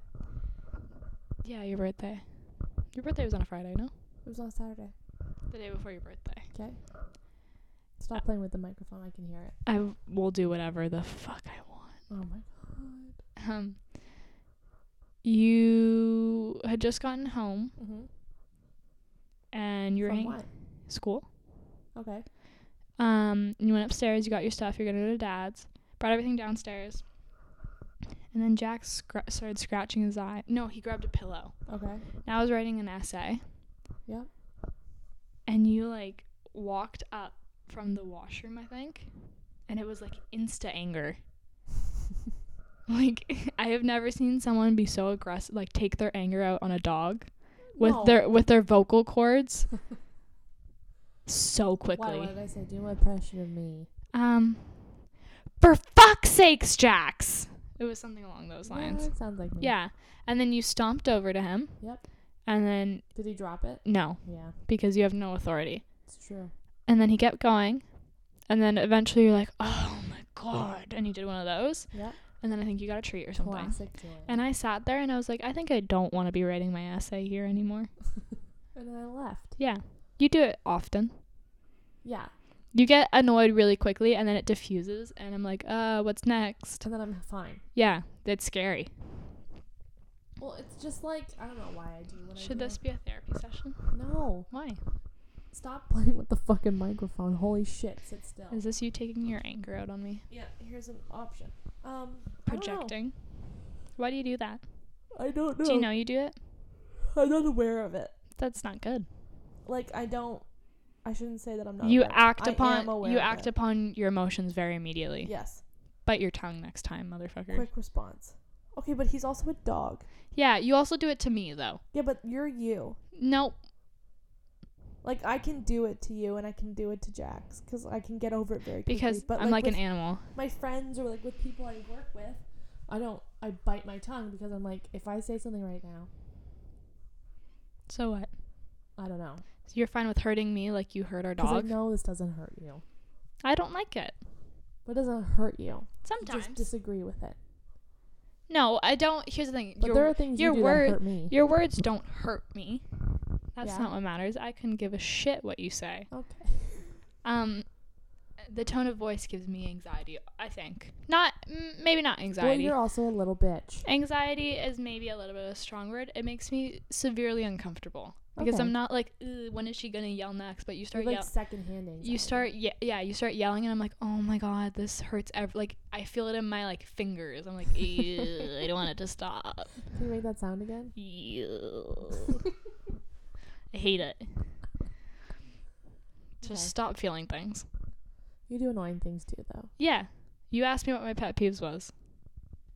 [SPEAKER 2] Yeah, your birthday. Your birthday was on a Friday, no?
[SPEAKER 1] It was last Saturday.
[SPEAKER 2] The day before your birthday.
[SPEAKER 1] Okay. Stop playing with the microphone. I can hear it.
[SPEAKER 2] I w- will do whatever the fuck I want.
[SPEAKER 1] Oh my god.
[SPEAKER 2] Um, you had just gotten home
[SPEAKER 1] Mm-hmm.
[SPEAKER 2] and you were
[SPEAKER 1] From
[SPEAKER 2] hanging
[SPEAKER 1] what?
[SPEAKER 2] school.
[SPEAKER 1] Okay.
[SPEAKER 2] Um, and you went upstairs, you got your stuff, you're going to go to dad's, brought everything downstairs. And then Jack scr- started scratching his eye. No, he grabbed a pillow.
[SPEAKER 1] Okay.
[SPEAKER 2] And I was writing an essay.
[SPEAKER 1] Yep.
[SPEAKER 2] And you like walked up from the washroom, I think. And it was like insta anger. like I have never seen someone be so aggressive, like take their anger out on a dog with
[SPEAKER 1] No.
[SPEAKER 2] their with their vocal cords so quickly.
[SPEAKER 1] Why? What did I say? Do an impression of me.
[SPEAKER 2] Um, for fuck's sakes, Jax. It was something along those lines.
[SPEAKER 1] Yeah, sounds like me.
[SPEAKER 2] Yeah. And then you stomped over to him.
[SPEAKER 1] Yep.
[SPEAKER 2] And then,
[SPEAKER 1] Did he drop it?
[SPEAKER 2] no,
[SPEAKER 1] Yeah.
[SPEAKER 2] because you have no authority.
[SPEAKER 1] It's true.
[SPEAKER 2] And then he kept going. And then eventually you're like, oh my God. And you did one of those.
[SPEAKER 1] Yep.
[SPEAKER 2] And then I think you got a treat or something.
[SPEAKER 1] Classic Joy.
[SPEAKER 2] And I sat there and I was like, I think I don't want to be writing my essay here anymore.
[SPEAKER 1] And then I left.
[SPEAKER 2] Yeah. You do it often.
[SPEAKER 1] Yeah.
[SPEAKER 2] You get annoyed really quickly and then it diffuses. And I'm like, uh, what's next?
[SPEAKER 1] And then I'm fine.
[SPEAKER 2] Yeah. It's scary.
[SPEAKER 1] Well, it's just like I don't know why I do what I do.
[SPEAKER 2] Should this be a therapy session?
[SPEAKER 1] No.
[SPEAKER 2] Why?
[SPEAKER 1] Stop playing with the fucking microphone. Holy shit. Sit still.
[SPEAKER 2] Is this you taking your anger out on me?
[SPEAKER 1] Yeah. Here's an option. Um.
[SPEAKER 2] Projecting? Why do you do that?
[SPEAKER 1] I don't know.
[SPEAKER 2] Do you know you do it?
[SPEAKER 1] I'm not aware of it.
[SPEAKER 2] That's not good.
[SPEAKER 1] Like I don't. I shouldn't say that I'm not.
[SPEAKER 2] you
[SPEAKER 1] aware.
[SPEAKER 2] act
[SPEAKER 1] I
[SPEAKER 2] upon
[SPEAKER 1] am aware
[SPEAKER 2] you
[SPEAKER 1] of
[SPEAKER 2] act
[SPEAKER 1] it.
[SPEAKER 2] upon your emotions very immediately.
[SPEAKER 1] Yes.
[SPEAKER 2] Bite your tongue next time, motherfucker.
[SPEAKER 1] Quick response. Okay, but he's also a dog.
[SPEAKER 2] Yeah, you also do it to me though.
[SPEAKER 1] Yeah, but you're you.
[SPEAKER 2] Nope.
[SPEAKER 1] Like I can do it to you, and I can do it to Jax, because I can get over it very quickly.
[SPEAKER 2] Because
[SPEAKER 1] but
[SPEAKER 2] I'm like,
[SPEAKER 1] with
[SPEAKER 2] an animal.
[SPEAKER 1] my friends or like with people I work with, I don't. I bite my tongue because I'm like, if I say something right now,
[SPEAKER 2] So what?
[SPEAKER 1] I don't know.
[SPEAKER 2] So you're fine with hurting me like you hurt our
[SPEAKER 1] 'Cause I
[SPEAKER 2] dog?
[SPEAKER 1] know this doesn't hurt you,
[SPEAKER 2] I don't like it.
[SPEAKER 1] but it doesn't hurt you. You
[SPEAKER 2] Sometimes.
[SPEAKER 1] just disagree with it.
[SPEAKER 2] no, I don't here's the thing.
[SPEAKER 1] But
[SPEAKER 2] your
[SPEAKER 1] there are things
[SPEAKER 2] your
[SPEAKER 1] you do
[SPEAKER 2] word-
[SPEAKER 1] that hurt me.
[SPEAKER 2] your words don't hurt me. That's
[SPEAKER 1] Yeah. Oh.
[SPEAKER 2] not what matters. I couldn't give a shit what you say.
[SPEAKER 1] Okay.
[SPEAKER 2] Um, the tone of voice gives me anxiety. I think not, mm, maybe not
[SPEAKER 1] Well,
[SPEAKER 2] anxiety.
[SPEAKER 1] you're also a little bitch.
[SPEAKER 2] anxiety is maybe a little bit of a strong word. It makes me severely uncomfortable because
[SPEAKER 1] Okay.
[SPEAKER 2] I'm not like, "Ugh, when is she gonna yell next? But you
[SPEAKER 1] You're
[SPEAKER 2] start
[SPEAKER 1] like
[SPEAKER 2] yell-
[SPEAKER 1] second handing.
[SPEAKER 2] you start yeah, yeah, you start yelling, and I'm like, oh my god, this hurts. Ev-. Like I feel it in my like fingers. I'm like, "Ew, I don't want it to stop.
[SPEAKER 1] Can you make that sound again?
[SPEAKER 2] Ew. I hate it. Just
[SPEAKER 1] Okay.
[SPEAKER 2] stop feeling things.
[SPEAKER 1] You do annoying things too, though.
[SPEAKER 2] Yeah. You asked me what my pet peeves was.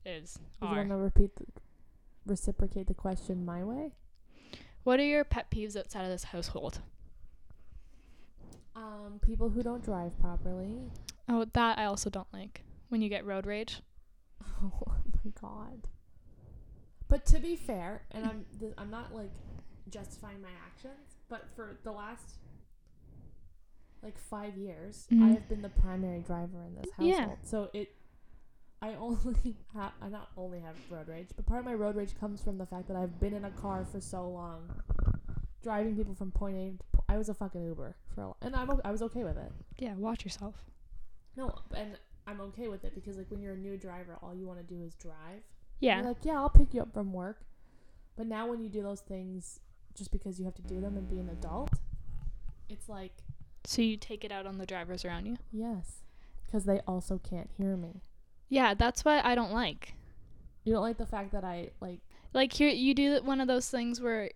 [SPEAKER 2] Is.
[SPEAKER 1] Do you want to
[SPEAKER 2] Are.
[SPEAKER 1] repeat, the, reciprocate the question my way?
[SPEAKER 2] What are your pet peeves outside of this household?
[SPEAKER 1] Um, people who don't drive properly.
[SPEAKER 2] Oh, that I also don't like. When you get road rage.
[SPEAKER 1] Oh my god. But to be fair, and I'm th- I'm not like justifying my actions, but for the last like five years, I
[SPEAKER 2] Mm.
[SPEAKER 1] have been the primary driver in this household.
[SPEAKER 2] Yeah.
[SPEAKER 1] So it, I only have, I not only have road rage, but part of my road rage comes from the fact that I've been in a car for so long, driving people from point A to po- I was a fucking Uber for a long, and I'm o- I was okay with it.
[SPEAKER 2] Yeah, watch yourself.
[SPEAKER 1] No, and I'm okay with it because like when you're a new driver, all you want to do is drive.
[SPEAKER 2] Yeah.
[SPEAKER 1] You're like, yeah, I'll pick you up from work. But now when you do those things just because you have to do them and be an adult, it's like,
[SPEAKER 2] so you take it out on the drivers around you.
[SPEAKER 1] yes, because they also can't hear me.
[SPEAKER 2] Yeah, that's what I don't like.
[SPEAKER 1] You don't like the fact that I like
[SPEAKER 2] Like here you do one of those things where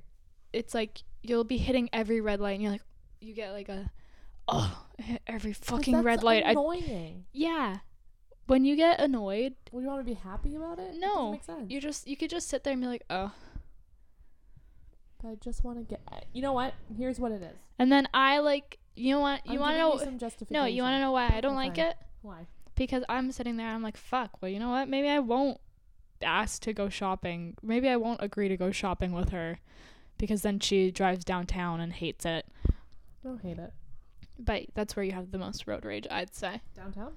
[SPEAKER 2] it's like you'll be hitting every red light and you're like you get like a oh, I hit every
[SPEAKER 1] 'cause
[SPEAKER 2] fucking
[SPEAKER 1] that's
[SPEAKER 2] red light. I
[SPEAKER 1] Annoying.
[SPEAKER 2] Yeah. When you get annoyed,
[SPEAKER 1] Well, you want to be happy about it? It doesn't
[SPEAKER 2] No,
[SPEAKER 1] make sense.
[SPEAKER 2] you just you could just sit there and be like, "Oh."
[SPEAKER 1] But I just want to get. You know what? Here's what it is.
[SPEAKER 2] And then I like, you know what? You
[SPEAKER 1] I'm
[SPEAKER 2] want to
[SPEAKER 1] giving
[SPEAKER 2] know
[SPEAKER 1] some justification.
[SPEAKER 2] No, you want to know why I don't
[SPEAKER 1] Okay,
[SPEAKER 2] like
[SPEAKER 1] fine.
[SPEAKER 2] it?
[SPEAKER 1] why?
[SPEAKER 2] Because I'm sitting there I'm like, "Fuck, well, you know what? Maybe I won't ask to go shopping. Maybe I won't agree to go shopping with her because then she drives downtown and hates it."
[SPEAKER 1] I don't hate it.
[SPEAKER 2] But that's where you have the most road rage, I'd say.
[SPEAKER 1] Downtown?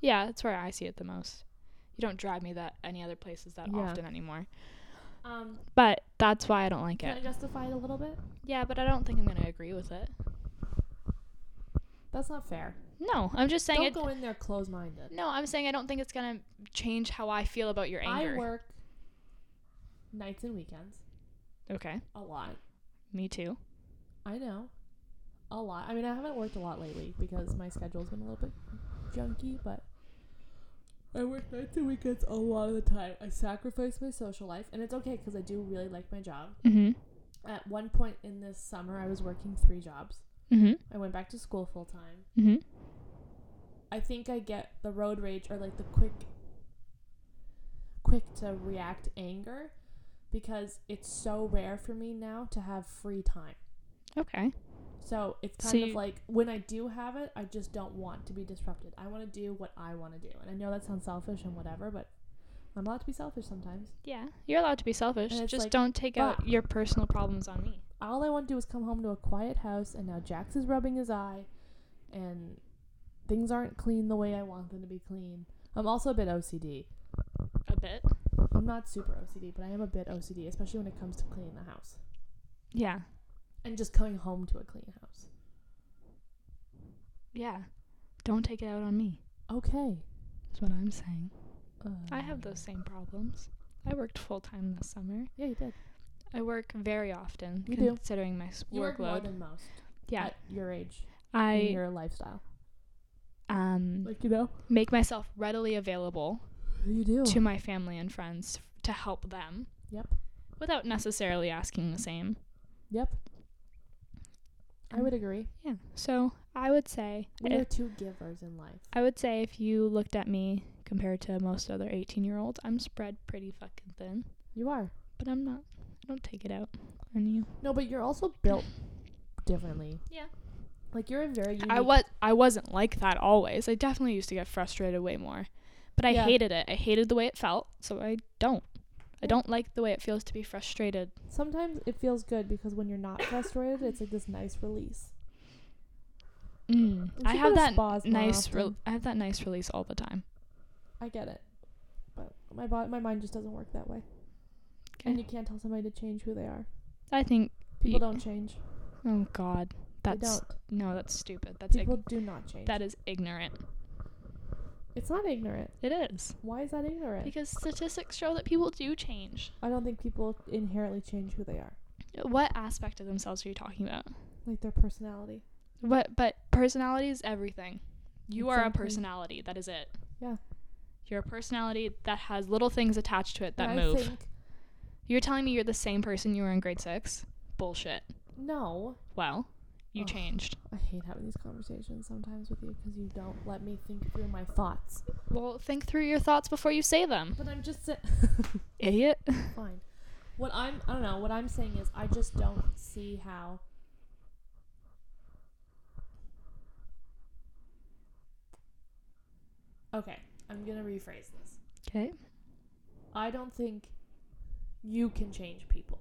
[SPEAKER 2] Yeah, that's where I see it the most. You don't drive me that any other places that
[SPEAKER 1] Yeah.
[SPEAKER 2] often anymore.
[SPEAKER 1] Um,
[SPEAKER 2] But that's why I don't like
[SPEAKER 1] can I
[SPEAKER 2] it.
[SPEAKER 1] justify it a little bit?
[SPEAKER 2] Yeah, but I don't think I'm going to agree with it.
[SPEAKER 1] That's not fair.
[SPEAKER 2] No, I'm just saying
[SPEAKER 1] don't
[SPEAKER 2] it
[SPEAKER 1] go in there close-minded.
[SPEAKER 2] No, I'm saying I don't think it's gonna change how I feel about your anger.
[SPEAKER 1] I work nights and weekends
[SPEAKER 2] Okay,
[SPEAKER 1] a lot.
[SPEAKER 2] me too.
[SPEAKER 1] I know. A lot. I mean, I haven't worked a lot lately because my schedule's been a little bit junky, but I work nights and weekends a lot of the time. I sacrifice my social life, and it's okay because I do really like my job.
[SPEAKER 2] Mhm.
[SPEAKER 1] At one point in this summer, I was working three jobs.
[SPEAKER 2] Mhm.
[SPEAKER 1] I went back to school full time.
[SPEAKER 2] Mhm.
[SPEAKER 1] I think I get the road rage or like the quick quick to react anger because it's so rare for me now to have free time.
[SPEAKER 2] Okay.
[SPEAKER 1] So it's
[SPEAKER 2] So
[SPEAKER 1] kind of
[SPEAKER 2] you-
[SPEAKER 1] like when I do have it, I just don't want to be disrupted. I want to do what I want to do. And I know that sounds selfish and whatever, but I'm allowed to be selfish sometimes.
[SPEAKER 2] Yeah, you're allowed to be selfish.
[SPEAKER 1] And it's
[SPEAKER 2] Just
[SPEAKER 1] like,
[SPEAKER 2] don't take out
[SPEAKER 1] fuck.
[SPEAKER 2] your personal problems on me.
[SPEAKER 1] All I want to do is come home to a quiet house and now Jax is rubbing his eye and things aren't clean the way I want them to be clean. I'm also a bit OCD.
[SPEAKER 2] A bit.
[SPEAKER 1] I'm not super OCD, but I am a bit OCD, especially when it comes to cleaning the house
[SPEAKER 2] Yeah.
[SPEAKER 1] and just coming home to a clean house.
[SPEAKER 2] Yeah. Don't take it out on me.
[SPEAKER 1] Okay.
[SPEAKER 2] That's what I'm saying.
[SPEAKER 1] Uh,
[SPEAKER 2] I have those same problems. I worked full time this summer.
[SPEAKER 1] Yeah, you did.
[SPEAKER 2] I work very often,
[SPEAKER 1] You do.
[SPEAKER 2] considering my s-
[SPEAKER 1] You work more
[SPEAKER 2] workload.
[SPEAKER 1] than most.
[SPEAKER 2] yeah,
[SPEAKER 1] At your age, and
[SPEAKER 2] I
[SPEAKER 1] your lifestyle.
[SPEAKER 2] um
[SPEAKER 1] Like you know,
[SPEAKER 2] make myself readily available
[SPEAKER 1] you do.
[SPEAKER 2] to my family and friends f- to help them.
[SPEAKER 1] Yep.
[SPEAKER 2] Without necessarily asking the same.
[SPEAKER 1] Yep. I would agree.
[SPEAKER 2] Yeah. So I would say
[SPEAKER 1] We are
[SPEAKER 2] if,
[SPEAKER 1] two givers in life.
[SPEAKER 2] I would say if you looked at me compared to most other eighteen year olds, I'm spread pretty fucking thin.
[SPEAKER 1] You are.
[SPEAKER 2] But I'm not I don't take it out on you.
[SPEAKER 1] No, but you're also built differently.
[SPEAKER 2] Yeah.
[SPEAKER 1] Like you're a very unique.
[SPEAKER 2] I was I wasn't like that always. I definitely used to get frustrated way more. But I
[SPEAKER 1] Yeah.
[SPEAKER 2] hated it. I hated the way it felt, so I don't. I don't like the way it feels to be frustrated.
[SPEAKER 1] Sometimes it feels good because when you're not frustrated, it's like this nice release.
[SPEAKER 2] Mm.
[SPEAKER 1] We
[SPEAKER 2] I
[SPEAKER 1] should go to
[SPEAKER 2] have that
[SPEAKER 1] spas more
[SPEAKER 2] nice. Re-
[SPEAKER 1] often.
[SPEAKER 2] I have that nice release all the time.
[SPEAKER 1] I get it, but my bo- my mind just doesn't work that way. And you
[SPEAKER 2] Okay.
[SPEAKER 1] can't tell somebody to change who they are.
[SPEAKER 2] I think.
[SPEAKER 1] People
[SPEAKER 2] Ye-
[SPEAKER 1] don't change.
[SPEAKER 2] Oh God, that's
[SPEAKER 1] they don't.
[SPEAKER 2] no, that's stupid. That's
[SPEAKER 1] People
[SPEAKER 2] ig-
[SPEAKER 1] do not change.
[SPEAKER 2] that is ignorant.
[SPEAKER 1] it's not ignorant.
[SPEAKER 2] It is.
[SPEAKER 1] Why is that ignorant?
[SPEAKER 2] Because statistics show that people do change.
[SPEAKER 1] I don't think people inherently change who they are,
[SPEAKER 2] What aspect of themselves are you talking about?
[SPEAKER 1] like their personality.
[SPEAKER 2] What but personality is everything. You are a
[SPEAKER 1] Exactly.
[SPEAKER 2] personality, that is it.
[SPEAKER 1] Yeah.
[SPEAKER 2] You're a personality that has little things attached to it that
[SPEAKER 1] And I
[SPEAKER 2] move.
[SPEAKER 1] think
[SPEAKER 2] You're telling me you're the same person you were in grade six? Bullshit.
[SPEAKER 1] no.
[SPEAKER 2] Well, you
[SPEAKER 1] Ugh.
[SPEAKER 2] changed.
[SPEAKER 1] I hate having these conversations sometimes with you because you don't let me think through my thoughts.
[SPEAKER 2] Well, think through your thoughts before you say them.
[SPEAKER 1] But I'm just sa-
[SPEAKER 2] Idiot.
[SPEAKER 1] fine. What I'm I don't know. What I'm saying is I just don't see how. Okay, I'm gonna rephrase this.
[SPEAKER 2] Okay.
[SPEAKER 1] I don't think you can change people,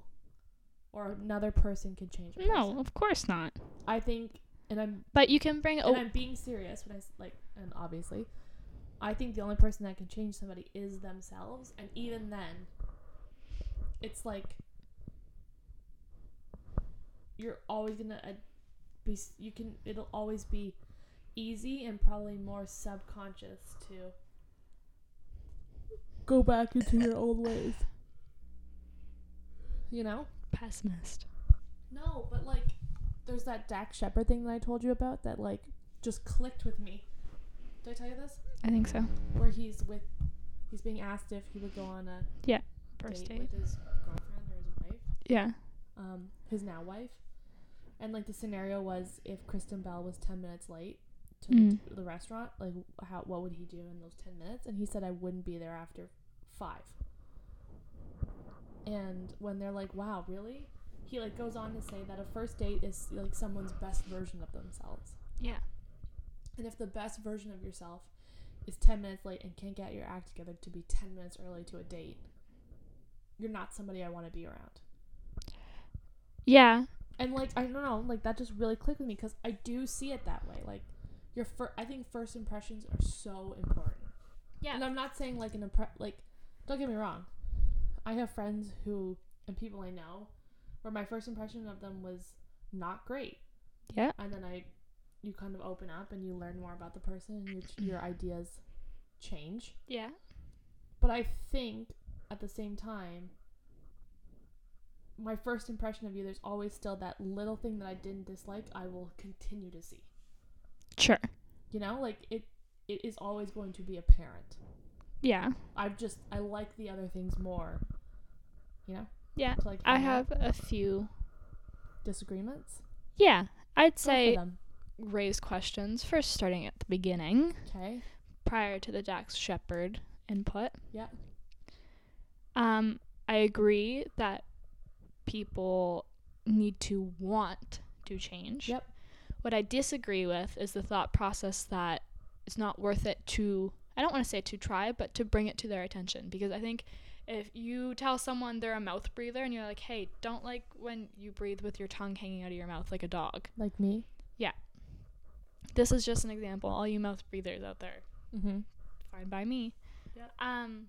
[SPEAKER 1] or another person can change. A person.
[SPEAKER 2] No, of course not.
[SPEAKER 1] I think and I'm
[SPEAKER 2] But you can bring
[SPEAKER 1] and
[SPEAKER 2] oh
[SPEAKER 1] I'm being serious when I s- like and obviously, I think the only person that can change somebody is themselves, and even then, it's like you're always gonna uh, be s- you can it'll always be easy and probably more subconscious to go back into your old ways. You know.
[SPEAKER 2] pessimist.
[SPEAKER 1] No, but like, there's that Dak Shepard thing that I told you about that like just clicked with me. Did I tell you this?
[SPEAKER 2] I think so.
[SPEAKER 1] Where he's with, he's being asked if he would go on a
[SPEAKER 2] First
[SPEAKER 1] date
[SPEAKER 2] date.
[SPEAKER 1] with his girlfriend or his wife,
[SPEAKER 2] Yeah.
[SPEAKER 1] um, his now wife, and like the scenario was if Kristen Bell was ten minutes late to
[SPEAKER 2] Mm.
[SPEAKER 1] the, the restaurant, like how what would he do in those ten minutes? And he said I wouldn't be there after five. And when they're like, "Wow, really?" He like goes on to say that a first date is like someone's best version of themselves.
[SPEAKER 2] Yeah.
[SPEAKER 1] And if the best version of yourself is 10 minutes late and can't get your act together to be 10 minutes early to a date, you're not somebody I want to be around.
[SPEAKER 2] Yeah.
[SPEAKER 1] And like, I don't know, like that just really clicked with me because I do see it that way. Like, your fir- I think first impressions are so important.
[SPEAKER 2] Yeah.
[SPEAKER 1] And I'm not saying like an impre- like, don't get me wrong. I have friends who, and people I know, where my first impression of them was not great.
[SPEAKER 2] Yeah.
[SPEAKER 1] and then I, you kind of open up and you learn more about the person and your your ideas change.
[SPEAKER 2] Yeah.
[SPEAKER 1] But I think at the same time, my first impression of you, there's always still that little thing that I didn't dislike. I will continue to see.
[SPEAKER 2] Sure.
[SPEAKER 1] You know, like it, it is always going to be apparent.
[SPEAKER 2] Yeah.
[SPEAKER 1] I've just I like the other things more. You know.
[SPEAKER 2] Yeah,
[SPEAKER 1] So, like
[SPEAKER 2] I
[SPEAKER 1] hang out,
[SPEAKER 2] have a few.
[SPEAKER 1] disagreements.
[SPEAKER 2] Yeah. I'd say
[SPEAKER 1] Okay.
[SPEAKER 2] raise questions first starting at the beginning prior to the Dax Shepherd input.
[SPEAKER 1] Yeah.
[SPEAKER 2] Um I agree that people need to want to change.
[SPEAKER 1] Yep.
[SPEAKER 2] What I disagree with is the thought process that it's not worth it to I don't want to say to try, but to bring it to their attention because I think if you tell someone they're a mouth breather and you're like, "Hey, don't like when you breathe with your tongue hanging out of your mouth like a dog."
[SPEAKER 1] Like me.
[SPEAKER 2] This is just an example. All you mouth breathers out there,
[SPEAKER 1] Mm-hmm.
[SPEAKER 2] fine by me.
[SPEAKER 1] Yep.
[SPEAKER 2] Um.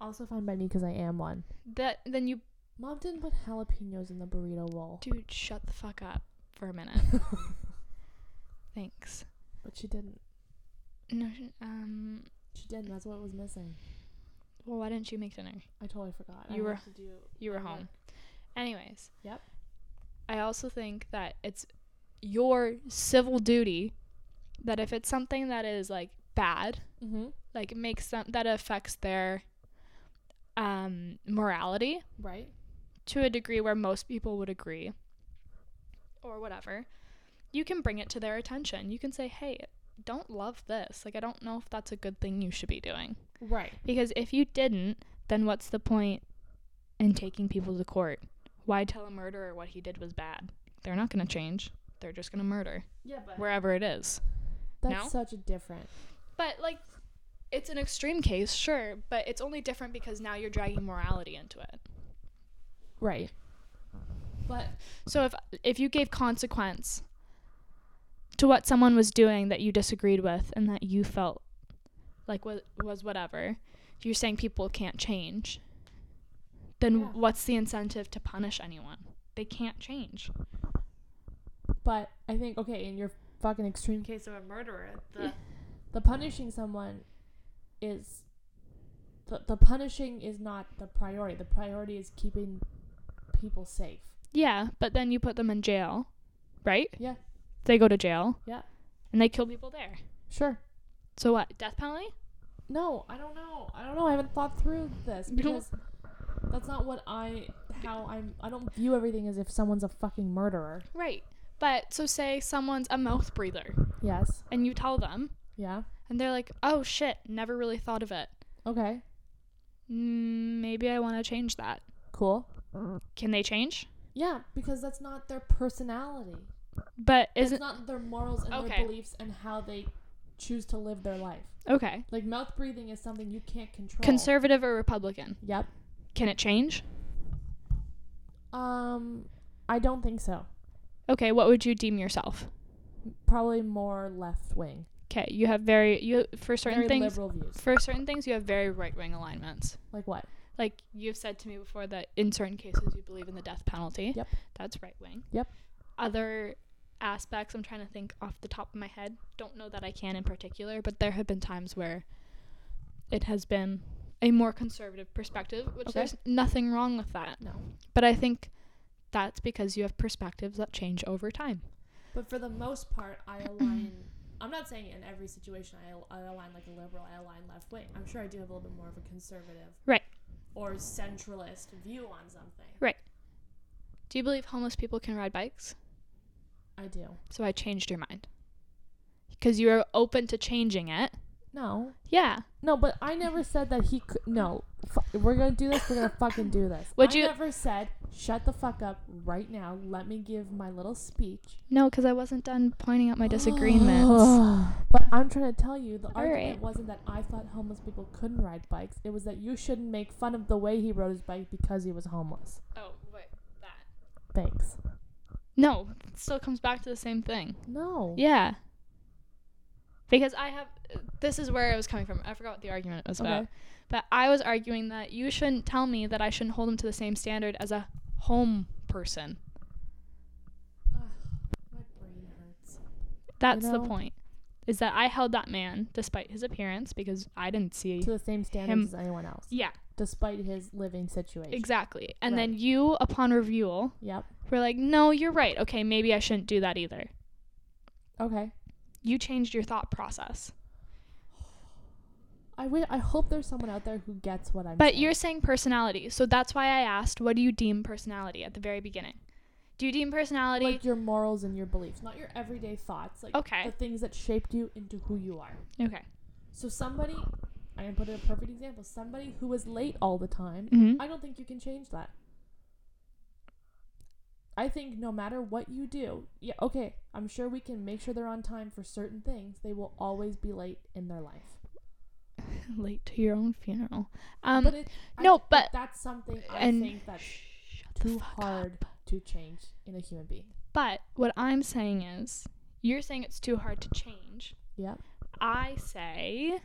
[SPEAKER 1] Also fine by me because I am one.
[SPEAKER 2] That then you,
[SPEAKER 1] Mom didn't put jalapenos in the burrito bowl,
[SPEAKER 2] dude, shut the fuck up for a minute. Thanks.
[SPEAKER 1] but she didn't.
[SPEAKER 2] No. sh- Um.
[SPEAKER 1] She didn't. That's what was missing.
[SPEAKER 2] Well, why didn't you make dinner?
[SPEAKER 1] I totally forgot.
[SPEAKER 2] You
[SPEAKER 1] I
[SPEAKER 2] were-
[SPEAKER 1] have to do.
[SPEAKER 2] You were
[SPEAKER 1] Yeah.
[SPEAKER 2] home. Anyways.
[SPEAKER 1] Yep.
[SPEAKER 2] I also think that it's your civil duty that if it's something that is like bad,
[SPEAKER 1] Mm-hmm.
[SPEAKER 2] like it makes them that affects their um morality
[SPEAKER 1] Right.
[SPEAKER 2] to a degree where most people would agree or whatever, you can bring it to their attention. You can say, "Hey, don't love this. Like I don't know if that's a good thing you should be doing."
[SPEAKER 1] Right.
[SPEAKER 2] Because if you didn't, then what's the point in taking people to court? Why tell a murderer what he did was bad? They're not going to change. They're just going to murder
[SPEAKER 1] Yeah, but
[SPEAKER 2] wherever it is.
[SPEAKER 1] that's
[SPEAKER 2] No?
[SPEAKER 1] such a different.
[SPEAKER 2] But like it's an extreme case, sure, but it's only different because now you're dragging morality into it.
[SPEAKER 1] Right. But
[SPEAKER 2] So if if you gave consequence to what someone was doing that you disagreed with and that you felt like was was whatever, you're saying people can't change. Then
[SPEAKER 1] Yeah.
[SPEAKER 2] what's the incentive to punish anyone? They can't change.
[SPEAKER 1] but I think okay in your fucking extreme case of a murderer, the the punishing someone is the the punishing is not the priority. The priority is keeping people safe.
[SPEAKER 2] Yeah, but then you put them in jail, right?
[SPEAKER 1] Yeah.
[SPEAKER 2] They go to jail.
[SPEAKER 1] Yeah.
[SPEAKER 2] And they kill people there.
[SPEAKER 1] Sure.
[SPEAKER 2] So what? Death penalty?
[SPEAKER 1] No, I don't know. I don't know. I haven't thought through this
[SPEAKER 2] You don't-
[SPEAKER 1] because that's not what I how I'm. I don't view everything as if someone's a fucking murderer.
[SPEAKER 2] Right. But so say someone's a mouth breather
[SPEAKER 1] Yes.
[SPEAKER 2] and you tell them
[SPEAKER 1] Yeah.
[SPEAKER 2] and they're like, "Oh shit, never really thought of it."
[SPEAKER 1] Okay.
[SPEAKER 2] "Mm, maybe I want to change that.
[SPEAKER 1] Cool.
[SPEAKER 2] Can they change?
[SPEAKER 1] Yeah, because that's not their personality.
[SPEAKER 2] But
[SPEAKER 1] It's
[SPEAKER 2] isn't
[SPEAKER 1] not their morals and
[SPEAKER 2] Okay.
[SPEAKER 1] their beliefs and how they choose to live their life.
[SPEAKER 2] okay.
[SPEAKER 1] Like mouth breathing is something you can't control.
[SPEAKER 2] Conservative or Republican?
[SPEAKER 1] Yep.
[SPEAKER 2] Can it change?
[SPEAKER 1] Um, I don't think so.
[SPEAKER 2] Okay, what would you deem yourself?
[SPEAKER 1] probably more left wing,
[SPEAKER 2] Okay, you have very you for certain
[SPEAKER 1] very
[SPEAKER 2] things
[SPEAKER 1] liberal views.
[SPEAKER 2] for certain things you have very right wing alignments.
[SPEAKER 1] Like what?
[SPEAKER 2] Like you've said to me before that in certain cases you believe in the death penalty.
[SPEAKER 1] Yep.
[SPEAKER 2] That's right wing.
[SPEAKER 1] Yep.
[SPEAKER 2] Other aspects I'm trying to think off the top of my head. Don't know that I can in particular, but there have been times where it has been a more conservative perspective, which
[SPEAKER 1] Okay.
[SPEAKER 2] there's nothing wrong with that.
[SPEAKER 1] No.
[SPEAKER 2] But I think that's because you have perspectives that change over time.
[SPEAKER 1] But for the most part, I align. I'm not saying in every situation I, al- I align like a liberal, I align left wing. I'm sure I do have a little bit more of a conservative
[SPEAKER 2] Right.
[SPEAKER 1] or centralist view on something.
[SPEAKER 2] Do you believe homeless people can ride bikes?
[SPEAKER 1] I do.
[SPEAKER 2] So I changed your mind. Because you were open to changing it.
[SPEAKER 1] No.
[SPEAKER 2] Yeah.
[SPEAKER 1] No, but I never said that he could. No. Fu- We're going to do this. We're going to fucking do this.
[SPEAKER 2] Would
[SPEAKER 1] I
[SPEAKER 2] you-
[SPEAKER 1] never said, shut the fuck up right now. Let me give my little speech.
[SPEAKER 2] No, because I wasn't done pointing out my
[SPEAKER 1] Oh,
[SPEAKER 2] disagreements.
[SPEAKER 1] but I'm trying to tell you, the
[SPEAKER 2] All
[SPEAKER 1] argument
[SPEAKER 2] right.
[SPEAKER 1] wasn't that I thought homeless people couldn't ride bikes. It was that you shouldn't make fun of the way he rode his bike because he was homeless.
[SPEAKER 2] oh, wait, that.
[SPEAKER 1] Thanks.
[SPEAKER 2] No, it still comes back to the same thing.
[SPEAKER 1] No.
[SPEAKER 2] Yeah. Because I have. This is where I was coming from. I forgot what the argument was about.
[SPEAKER 1] Okay.
[SPEAKER 2] But I was arguing that you shouldn't tell me that I shouldn't hold him to the same standard as a home person.
[SPEAKER 1] My brain hurts.
[SPEAKER 2] That's
[SPEAKER 1] know?
[SPEAKER 2] the point. Is that I held that man, despite his appearance, because I didn't see.
[SPEAKER 1] To the same standards as
[SPEAKER 2] Him-
[SPEAKER 1] anyone else,
[SPEAKER 2] yeah,
[SPEAKER 1] despite his living situation.
[SPEAKER 2] exactly. And
[SPEAKER 1] Right.
[SPEAKER 2] then you, upon review,
[SPEAKER 1] Yep.
[SPEAKER 2] were like, no, you're right. Okay, maybe I shouldn't do that either.
[SPEAKER 1] Okay.
[SPEAKER 2] You changed your thought process.
[SPEAKER 1] I wi- I hope there's someone out there who gets what I'm.
[SPEAKER 2] But
[SPEAKER 1] saying.
[SPEAKER 2] you're saying personality. So that's why I asked, what do you deem personality at the very beginning? Do you deem personality?
[SPEAKER 1] like your morals and your beliefs, not your everyday thoughts, like
[SPEAKER 2] Okay.
[SPEAKER 1] the things that shaped you into who you are.
[SPEAKER 2] okay.
[SPEAKER 1] So somebody, I can put in a perfect example. Somebody who was late all the time.
[SPEAKER 2] hmm
[SPEAKER 1] I don't think you can change that. I think no matter what you do, yeah, okay, I'm sure we can make sure they're on time for certain things. They will always be late in their life.
[SPEAKER 2] Late to your own funeral. Um,
[SPEAKER 1] but it,
[SPEAKER 2] no,
[SPEAKER 1] I,
[SPEAKER 2] but-
[SPEAKER 1] that's something I
[SPEAKER 2] and-
[SPEAKER 1] think that's
[SPEAKER 2] shut the
[SPEAKER 1] too
[SPEAKER 2] fuck
[SPEAKER 1] hard
[SPEAKER 2] up.
[SPEAKER 1] to change in a human being.
[SPEAKER 2] But what I'm saying is, you're saying it's too hard to change.
[SPEAKER 1] Yep.
[SPEAKER 2] I say,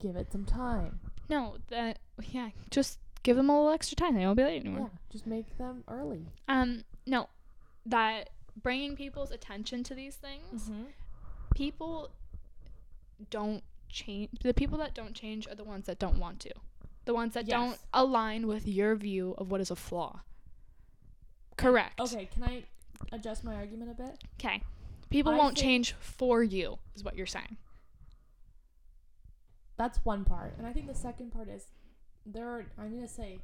[SPEAKER 1] Give it some time.
[SPEAKER 2] no, that, yeah, just give them a little extra time. They won't be late anymore.
[SPEAKER 1] Yeah, just make them early.
[SPEAKER 2] Um, no, that bringing people's attention to these things
[SPEAKER 1] Mm-hmm.
[SPEAKER 2] people don't change the people that don't change are the ones that don't want to the ones that don't
[SPEAKER 1] Yes.
[SPEAKER 2] align with your view of what is a flaw correct
[SPEAKER 1] Okay, can I adjust my argument a bit?
[SPEAKER 2] okay people
[SPEAKER 1] I
[SPEAKER 2] won't
[SPEAKER 1] think-
[SPEAKER 2] change for you is what you're saying
[SPEAKER 1] That's one part. And I think the second part is there are, I'm going to say,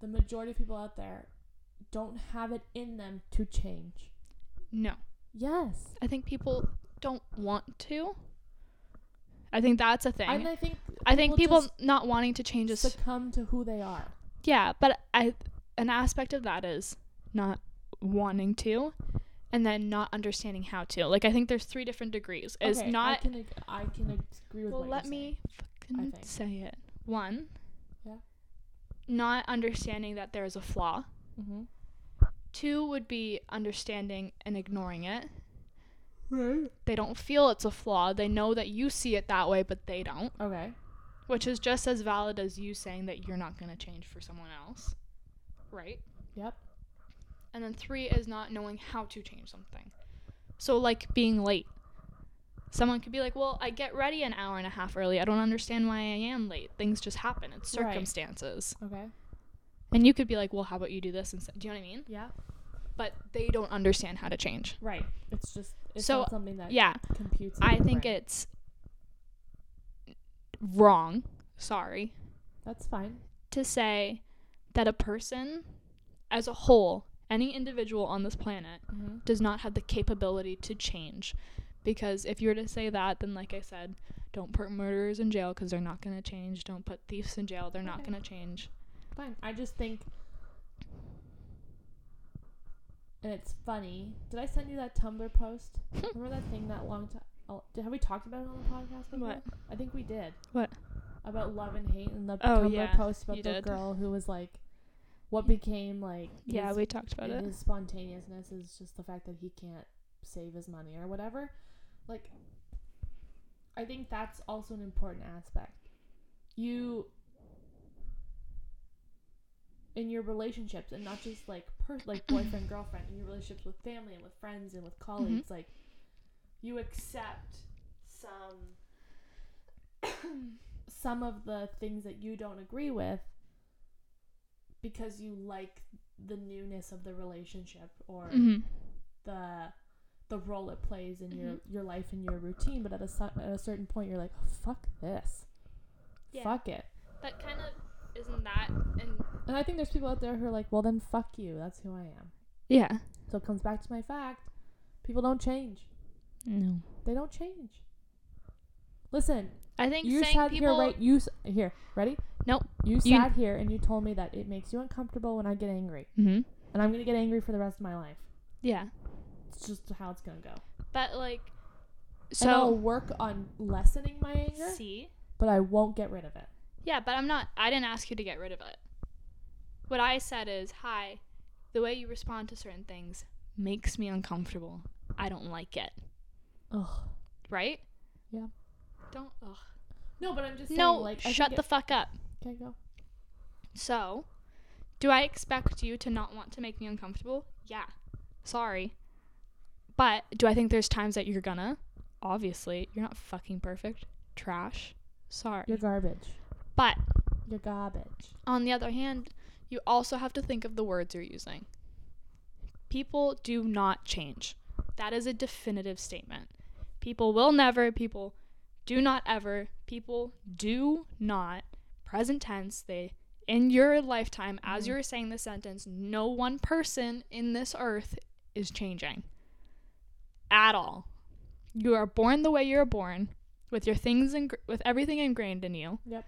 [SPEAKER 1] the majority of people out there don't have it in them to change.
[SPEAKER 2] no
[SPEAKER 1] Yes.
[SPEAKER 2] i think people don't want to i think that's a thing
[SPEAKER 1] And I think
[SPEAKER 2] i think people
[SPEAKER 1] just
[SPEAKER 2] not wanting to change is
[SPEAKER 1] succumb to who they are.
[SPEAKER 2] Yeah, but I an aspect of that is not wanting to and then not understanding how to. Like I think there's three different degrees. Is
[SPEAKER 1] Okay, I
[SPEAKER 2] not
[SPEAKER 1] can, ag- I can agree with
[SPEAKER 2] well
[SPEAKER 1] what
[SPEAKER 2] let
[SPEAKER 1] you're saying.
[SPEAKER 2] me fucking
[SPEAKER 1] think.
[SPEAKER 2] say it. One.
[SPEAKER 1] Yeah.
[SPEAKER 2] Not understanding that there is a flaw.
[SPEAKER 1] Mhm.
[SPEAKER 2] Two would be understanding and ignoring it.
[SPEAKER 1] Right.
[SPEAKER 2] They don't feel it's a flaw. They know that you see it that way, but they don't,
[SPEAKER 1] Okay.
[SPEAKER 2] which is just as valid as you saying that you're not going to change for someone else. Right?
[SPEAKER 1] Yep.
[SPEAKER 2] and then three is not knowing how to change something. So like being late. Someone could be like, "Well, I get ready an hour and a half early. I don't understand why I am late. Things just happen. It's
[SPEAKER 1] Right.
[SPEAKER 2] circumstances."
[SPEAKER 1] Okay.
[SPEAKER 2] And you could be like, "Well, how about you do this instead?" Do you know what I mean?
[SPEAKER 1] Yeah.
[SPEAKER 2] But they don't understand how to change.
[SPEAKER 1] Right. It's just it's
[SPEAKER 2] So,
[SPEAKER 1] not something that
[SPEAKER 2] Yeah,
[SPEAKER 1] computes. in
[SPEAKER 2] I
[SPEAKER 1] your
[SPEAKER 2] think
[SPEAKER 1] brain.
[SPEAKER 2] it's wrong. Sorry
[SPEAKER 1] that's fine.
[SPEAKER 2] to say that a person as a whole, any individual on this planet
[SPEAKER 1] Mm-hmm.
[SPEAKER 2] does not have the capability to change. Because if you were to say that, then like I said, don't put murderers in jail because they're not going to change. Don't put thieves in jail. They're not
[SPEAKER 1] Okay.
[SPEAKER 2] going to change.
[SPEAKER 1] Fine. I just think. And it's funny. Did I send you that Tumblr post? Remember that thing that long time? Oh, did, have we talked about it on the podcast before?
[SPEAKER 2] What?
[SPEAKER 1] I think we did.
[SPEAKER 2] What?
[SPEAKER 1] About love and hate and the
[SPEAKER 2] Oh,
[SPEAKER 1] Tumblr
[SPEAKER 2] yeah,
[SPEAKER 1] post about
[SPEAKER 2] you
[SPEAKER 1] the
[SPEAKER 2] did.
[SPEAKER 1] girl who was like, what
[SPEAKER 2] Yeah.
[SPEAKER 1] became like
[SPEAKER 2] Yeah,
[SPEAKER 1] his,
[SPEAKER 2] we talked about
[SPEAKER 1] and
[SPEAKER 2] it.
[SPEAKER 1] his spontaneousness is just the fact that he can't save his money or whatever. Like, I think that's also an important aspect. You, in your relationships, and not just like per- like boyfriend girlfriend, in your relationships with family and with friends and with colleagues, like you accept some some of the things that you don't agree with because you like the newness of the relationship or
[SPEAKER 2] Mhm.
[SPEAKER 1] the the role it plays in your
[SPEAKER 2] Mm-hmm.
[SPEAKER 1] your life and your routine but at a, su- at a certain point you're like "Oh, fuck this
[SPEAKER 2] Yeah.
[SPEAKER 1] fuck it
[SPEAKER 2] But kind of isn't that and
[SPEAKER 1] and i think there's people out there who are like well then fuck you that's who i am
[SPEAKER 2] yeah.
[SPEAKER 1] so it comes back to my fact people don't change
[SPEAKER 2] No.
[SPEAKER 1] they don't change listen
[SPEAKER 2] I think
[SPEAKER 1] you
[SPEAKER 2] saying
[SPEAKER 1] sat here
[SPEAKER 2] people
[SPEAKER 1] right you s- here ready
[SPEAKER 2] Nope.
[SPEAKER 1] you
[SPEAKER 2] You-
[SPEAKER 1] sat here and you told me that it makes you uncomfortable when i get angry
[SPEAKER 2] Mhm.
[SPEAKER 1] and i'm gonna get angry for the rest of my life
[SPEAKER 2] Yeah.
[SPEAKER 1] it's just how it's gonna go
[SPEAKER 2] But like
[SPEAKER 1] and i'll
[SPEAKER 2] so
[SPEAKER 1] work on lessening my anger
[SPEAKER 2] see?
[SPEAKER 1] but i won't get rid of it
[SPEAKER 2] Yeah, but I'm not. I didn't ask you to get rid of it. What I said is, hi, the way you respond to certain things makes me uncomfortable. I don't like it.
[SPEAKER 1] Ugh.
[SPEAKER 2] Right?
[SPEAKER 1] Yeah.
[SPEAKER 2] Don't. Ugh.
[SPEAKER 1] No, but I'm just
[SPEAKER 2] No,
[SPEAKER 1] saying, like, I
[SPEAKER 2] shut
[SPEAKER 1] think
[SPEAKER 2] the fuck up.
[SPEAKER 1] it, okay, go.
[SPEAKER 2] So, do I expect you to not want to make me uncomfortable? Yeah. Sorry. But do I think there's times that you're gonna? Obviously, you're not fucking perfect. Trash. Sorry.
[SPEAKER 1] You're garbage.
[SPEAKER 2] but
[SPEAKER 1] You're garbage.
[SPEAKER 2] On the other hand, you also have to think of the words you're using. People do not change. That is a definitive statement. People will never, people do not ever, people do not, present tense, they, in your lifetime, as you were saying this sentence, no one person in this earth is changing at all. You are born the way you're born with your things and with everything ingrained in you.
[SPEAKER 1] Yep.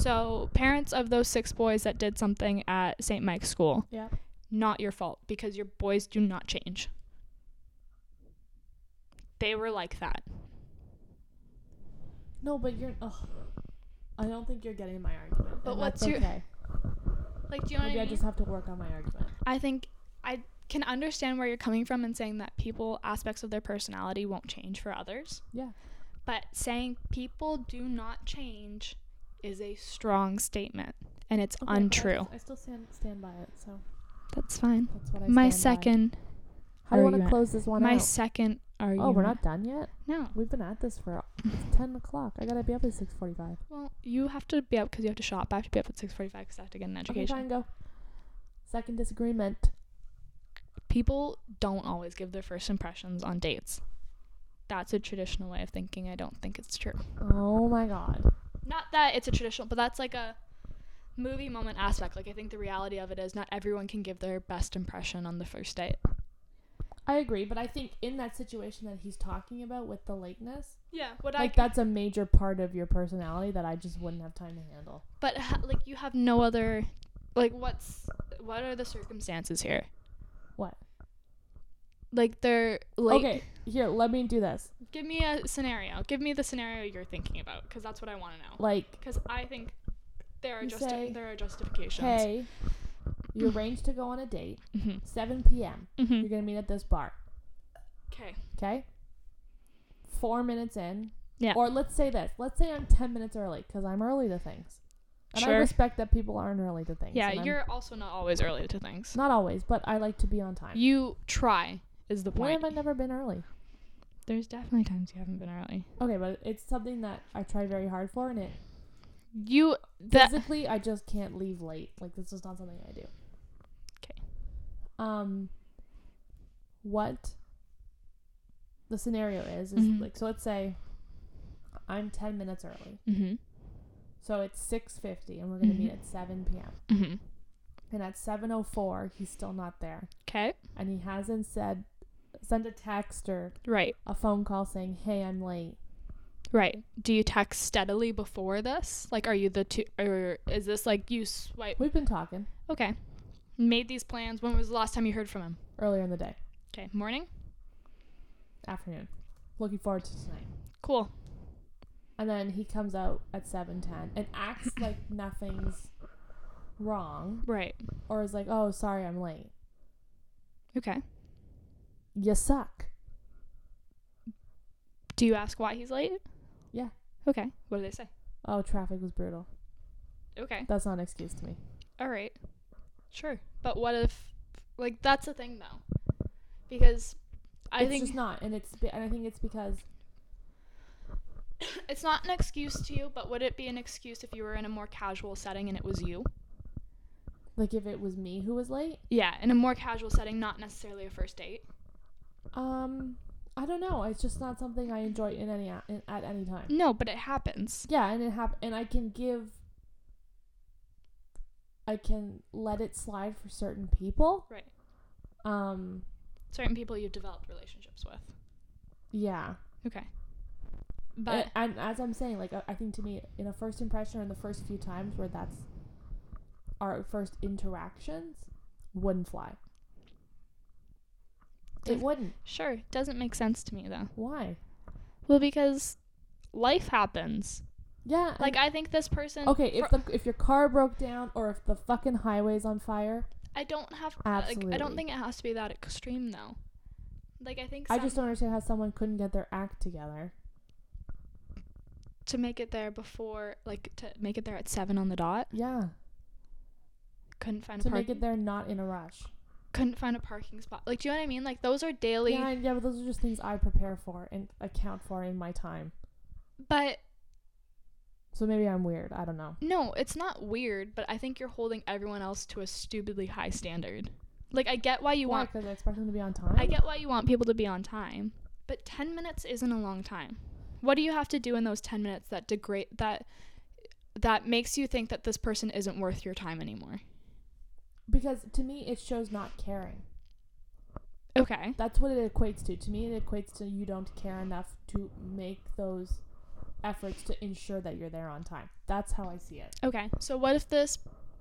[SPEAKER 2] So, parents of those six boys that did something at St. Mike's School,
[SPEAKER 1] Yep.
[SPEAKER 2] not your fault because your boys do not change. They were like that.
[SPEAKER 1] No, but you're. Ugh. I don't think you're getting my argument.
[SPEAKER 2] But
[SPEAKER 1] and
[SPEAKER 2] what's
[SPEAKER 1] that's
[SPEAKER 2] your-
[SPEAKER 1] Okay.
[SPEAKER 2] Like, do you know
[SPEAKER 1] Maybe
[SPEAKER 2] what
[SPEAKER 1] I
[SPEAKER 2] I mean?
[SPEAKER 1] just have to work on my argument.
[SPEAKER 2] I think I can understand where you're coming from in saying that people aspects of their personality won't change for others.
[SPEAKER 1] Yeah.
[SPEAKER 2] But saying people do not change is a strong statement and it's
[SPEAKER 1] Okay, but I
[SPEAKER 2] untrue.
[SPEAKER 1] just- I still stand stand by it, so
[SPEAKER 2] That's fine.
[SPEAKER 1] that's what I. stand by.
[SPEAKER 2] My second
[SPEAKER 1] How do you
[SPEAKER 2] argument-
[SPEAKER 1] want to close this one
[SPEAKER 2] my
[SPEAKER 1] out?
[SPEAKER 2] second argument.
[SPEAKER 1] oh, we're not done yet.
[SPEAKER 2] No.
[SPEAKER 1] We've been at this for ten o'clock. I gotta be up at six forty-five.
[SPEAKER 2] Well, you have to be up because you have to shop. I have to be up at 6:45 because I have to get an
[SPEAKER 1] Okay,
[SPEAKER 2] education.
[SPEAKER 1] fine, go. Second disagreement.
[SPEAKER 2] People don't always give their first impressions on dates. That's a traditional way of thinking. I don't think it's true.
[SPEAKER 1] Oh my god.
[SPEAKER 2] Not that it's a traditional, but that's like a movie moment aspect. Like I think the reality of it is not everyone can give their best impression on the first date.
[SPEAKER 1] I agree, but I think in that situation that he's talking about with the lateness,
[SPEAKER 2] Yeah, what
[SPEAKER 1] like that's a major part of your personality that I just wouldn't have time to handle.
[SPEAKER 2] But ha- like you have no other like what's what are the circumstances here?
[SPEAKER 1] What?
[SPEAKER 2] Like they're like
[SPEAKER 1] okay, here, let me do this.
[SPEAKER 2] give me a scenario. Give me the scenario you're thinking about cuz that's what I want to know.
[SPEAKER 1] Like,
[SPEAKER 2] because I think there are
[SPEAKER 1] You
[SPEAKER 2] justi-
[SPEAKER 1] say,
[SPEAKER 2] there are justifications.
[SPEAKER 1] hey, you arrange to go on a date,
[SPEAKER 2] Mhm.
[SPEAKER 1] 7 p.m. You're
[SPEAKER 2] Mhm.
[SPEAKER 1] gonna meet at this bar,
[SPEAKER 2] Okay.
[SPEAKER 1] okay? Four minutes in,
[SPEAKER 2] Yeah.
[SPEAKER 1] Or let's say this. Let's say I'm 10 minutes early because I'm early to things, and I
[SPEAKER 2] Sure.
[SPEAKER 1] respect that people aren't early to things. and
[SPEAKER 2] Yeah,
[SPEAKER 1] I'm-
[SPEAKER 2] you're also not always early to things.
[SPEAKER 1] not always, but I like to be on time.
[SPEAKER 2] You try is the
[SPEAKER 1] When
[SPEAKER 2] point.
[SPEAKER 1] have I never been early?
[SPEAKER 2] There's definitely times you haven't been early.
[SPEAKER 1] Okay, but it's something that I try very hard for, and it
[SPEAKER 2] You that
[SPEAKER 1] physically I just can't leave late. Like this is not something I do.
[SPEAKER 2] 'Kay.
[SPEAKER 1] Um. What the scenario is is
[SPEAKER 2] Mhm.
[SPEAKER 1] like so. Let's say I'm ten minutes early,
[SPEAKER 2] mm-hmm.
[SPEAKER 1] so it's six fifty, and we're gonna meet
[SPEAKER 2] Mhm.
[SPEAKER 1] at seven p.m.
[SPEAKER 2] Mm-hmm.
[SPEAKER 1] And at seven o four, he's still not there,
[SPEAKER 2] Okay.
[SPEAKER 1] and he hasn't said sent a text or
[SPEAKER 2] Right.
[SPEAKER 1] a phone call saying, "Hey, I'm late."
[SPEAKER 2] Right. Do you text steadily before this? Like, are you the two, or is this like you swipe?
[SPEAKER 1] We've been talking
[SPEAKER 2] Okay. Made these plans. When was the last time you heard from him?
[SPEAKER 1] earlier in the day,
[SPEAKER 2] Okay. Morning.
[SPEAKER 1] afternoon. Looking forward to tonight.
[SPEAKER 2] Cool.
[SPEAKER 1] And then he comes out at seven ten and acts like nothing's wrong,
[SPEAKER 2] Right.
[SPEAKER 1] or is like, "Oh, sorry, I'm late."
[SPEAKER 2] Okay.
[SPEAKER 1] You suck.
[SPEAKER 2] Do you ask why he's late?
[SPEAKER 1] Yeah.
[SPEAKER 2] Okay. What do they say?
[SPEAKER 1] Oh, traffic was brutal.
[SPEAKER 2] Okay.
[SPEAKER 1] That's not an excuse to me.
[SPEAKER 2] All right. Sure. But what if, like, that's the thing though, because I
[SPEAKER 1] it's
[SPEAKER 2] think
[SPEAKER 1] just not, and it's be- and I think it's because
[SPEAKER 2] it's not an excuse to you, but would it be an excuse if you were in a more casual setting and it was you?
[SPEAKER 1] like if it was me who was late,
[SPEAKER 2] Yeah, in a more casual setting, not necessarily a first date.
[SPEAKER 1] um, I don't know. It's just not something I enjoy in any a- in, at any time.
[SPEAKER 2] No, but it happens.
[SPEAKER 1] Yeah, and it hap- and I can give I can let it slide for certain people.
[SPEAKER 2] Right.
[SPEAKER 1] Um
[SPEAKER 2] Certain people you've developed relationships with.
[SPEAKER 1] yeah.
[SPEAKER 2] Okay. Eh. But
[SPEAKER 1] A- and, as I'm saying, like uh, I I think to me in a first impression or in the first few times where that's our first interactions wouldn't fly. It
[SPEAKER 2] Doesn't-
[SPEAKER 1] wouldn't.
[SPEAKER 2] sure, doesn't make sense to me though.
[SPEAKER 1] Why?
[SPEAKER 2] Well, because life happens.
[SPEAKER 1] Yeah.
[SPEAKER 2] Like I think this person.
[SPEAKER 1] and- okay, if
[SPEAKER 2] fr-
[SPEAKER 1] the if your car broke down or if the fucking highway's on fire,
[SPEAKER 2] I don't have. uh, Like, I
[SPEAKER 1] Absolutely.
[SPEAKER 2] don't think it has to be that extreme though. Like I think
[SPEAKER 1] I
[SPEAKER 2] some-
[SPEAKER 1] just don't understand how someone couldn't get their act together.
[SPEAKER 2] to make it there before, like to make it there at seven on the dot.
[SPEAKER 1] Yeah.
[SPEAKER 2] Couldn't find
[SPEAKER 1] To
[SPEAKER 2] a park.
[SPEAKER 1] make it there not in a rush.
[SPEAKER 2] couldn't find a parking spot. Like, do you know what I mean? Like those are daily.
[SPEAKER 1] Yeah, and- yeah, but those are just things I prepare for and account for in my time.
[SPEAKER 2] But
[SPEAKER 1] So maybe I'm weird. I don't know.
[SPEAKER 2] no, it's not weird. But I think you're holding everyone else to a stupidly high standard. Like I get why you want.
[SPEAKER 1] because I expect them to be on time.
[SPEAKER 2] I get why you want people to be on time, but 10 minutes isn't a long time. What do you have to do in those 10 minutes that degrade that that makes you think that this person isn't worth your time anymore?
[SPEAKER 1] because to me it shows not caring.
[SPEAKER 2] Okay.
[SPEAKER 1] That's what it equates to. To me, it equates to you don't care enough to make those efforts to ensure that you're there on time. That's how I see it.
[SPEAKER 2] Okay. So what if this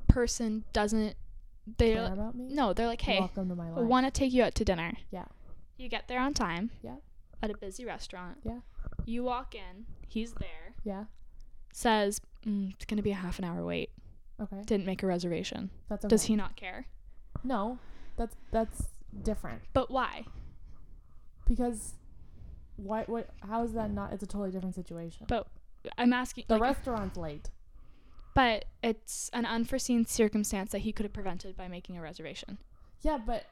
[SPEAKER 2] person doesn't they
[SPEAKER 1] Care about me?
[SPEAKER 2] no, they're like, "Hey,
[SPEAKER 1] Welcome to my
[SPEAKER 2] I
[SPEAKER 1] life.
[SPEAKER 2] want to take you out to dinner."
[SPEAKER 1] Yeah.
[SPEAKER 2] You get there on time.
[SPEAKER 1] Yeah.
[SPEAKER 2] At a busy restaurant.
[SPEAKER 1] Yeah.
[SPEAKER 2] You walk in, he's there.
[SPEAKER 1] yeah.
[SPEAKER 2] Says, mm, "It's going to be a half an hour wait.
[SPEAKER 1] Okay.
[SPEAKER 2] Didn't make a reservation."
[SPEAKER 1] That's okay.
[SPEAKER 2] Does he not care?
[SPEAKER 1] No. That's that's different
[SPEAKER 2] But why?
[SPEAKER 1] because why? What? How is that not? It's a totally different situation.
[SPEAKER 2] But I'm asking
[SPEAKER 1] the
[SPEAKER 2] like,
[SPEAKER 1] restaurant's late.
[SPEAKER 2] But it's an unforeseen circumstance that he could have prevented by making a reservation.
[SPEAKER 1] Yeah, but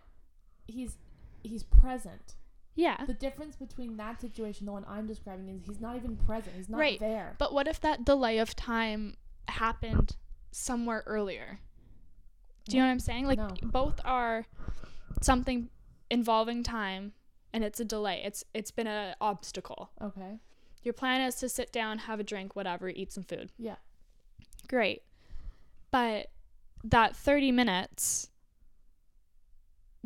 [SPEAKER 1] he's he's present.
[SPEAKER 2] Yeah.
[SPEAKER 1] The difference between that situation, the one I'm describing, is he's not even present. He's not
[SPEAKER 2] Right,
[SPEAKER 1] there.
[SPEAKER 2] But what if that delay of time happened somewhere earlier? Do you know what I'm saying? Like
[SPEAKER 1] No.
[SPEAKER 2] both are something involving time and it's a delay. It's it's been an obstacle.
[SPEAKER 1] Okay.
[SPEAKER 2] Your plan is to sit down, have a drink, whatever, eat some food.
[SPEAKER 1] Yeah.
[SPEAKER 2] Great. But that 30 minutes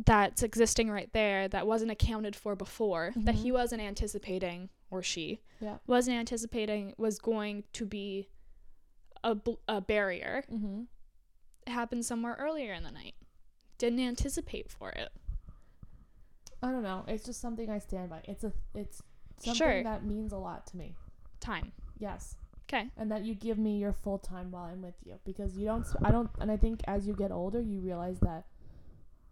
[SPEAKER 2] that's existing right there that wasn't accounted for before, that
[SPEAKER 1] Mhm.
[SPEAKER 2] he wasn't anticipating, or she
[SPEAKER 1] Yeah.
[SPEAKER 2] wasn't anticipating, was going to be a, bl- a barrier.
[SPEAKER 1] Mm-hmm.
[SPEAKER 2] It happened somewhere earlier in the night. Didn't anticipate for it.
[SPEAKER 1] I don't know. It's just something I stand by. It's a it's something
[SPEAKER 2] Sure.
[SPEAKER 1] that means a lot to me.
[SPEAKER 2] Time.
[SPEAKER 1] Yes.
[SPEAKER 2] Okay.
[SPEAKER 1] And that you give me your full time while I'm with you because you don't. s- I don't. And I think as you get older, you realize that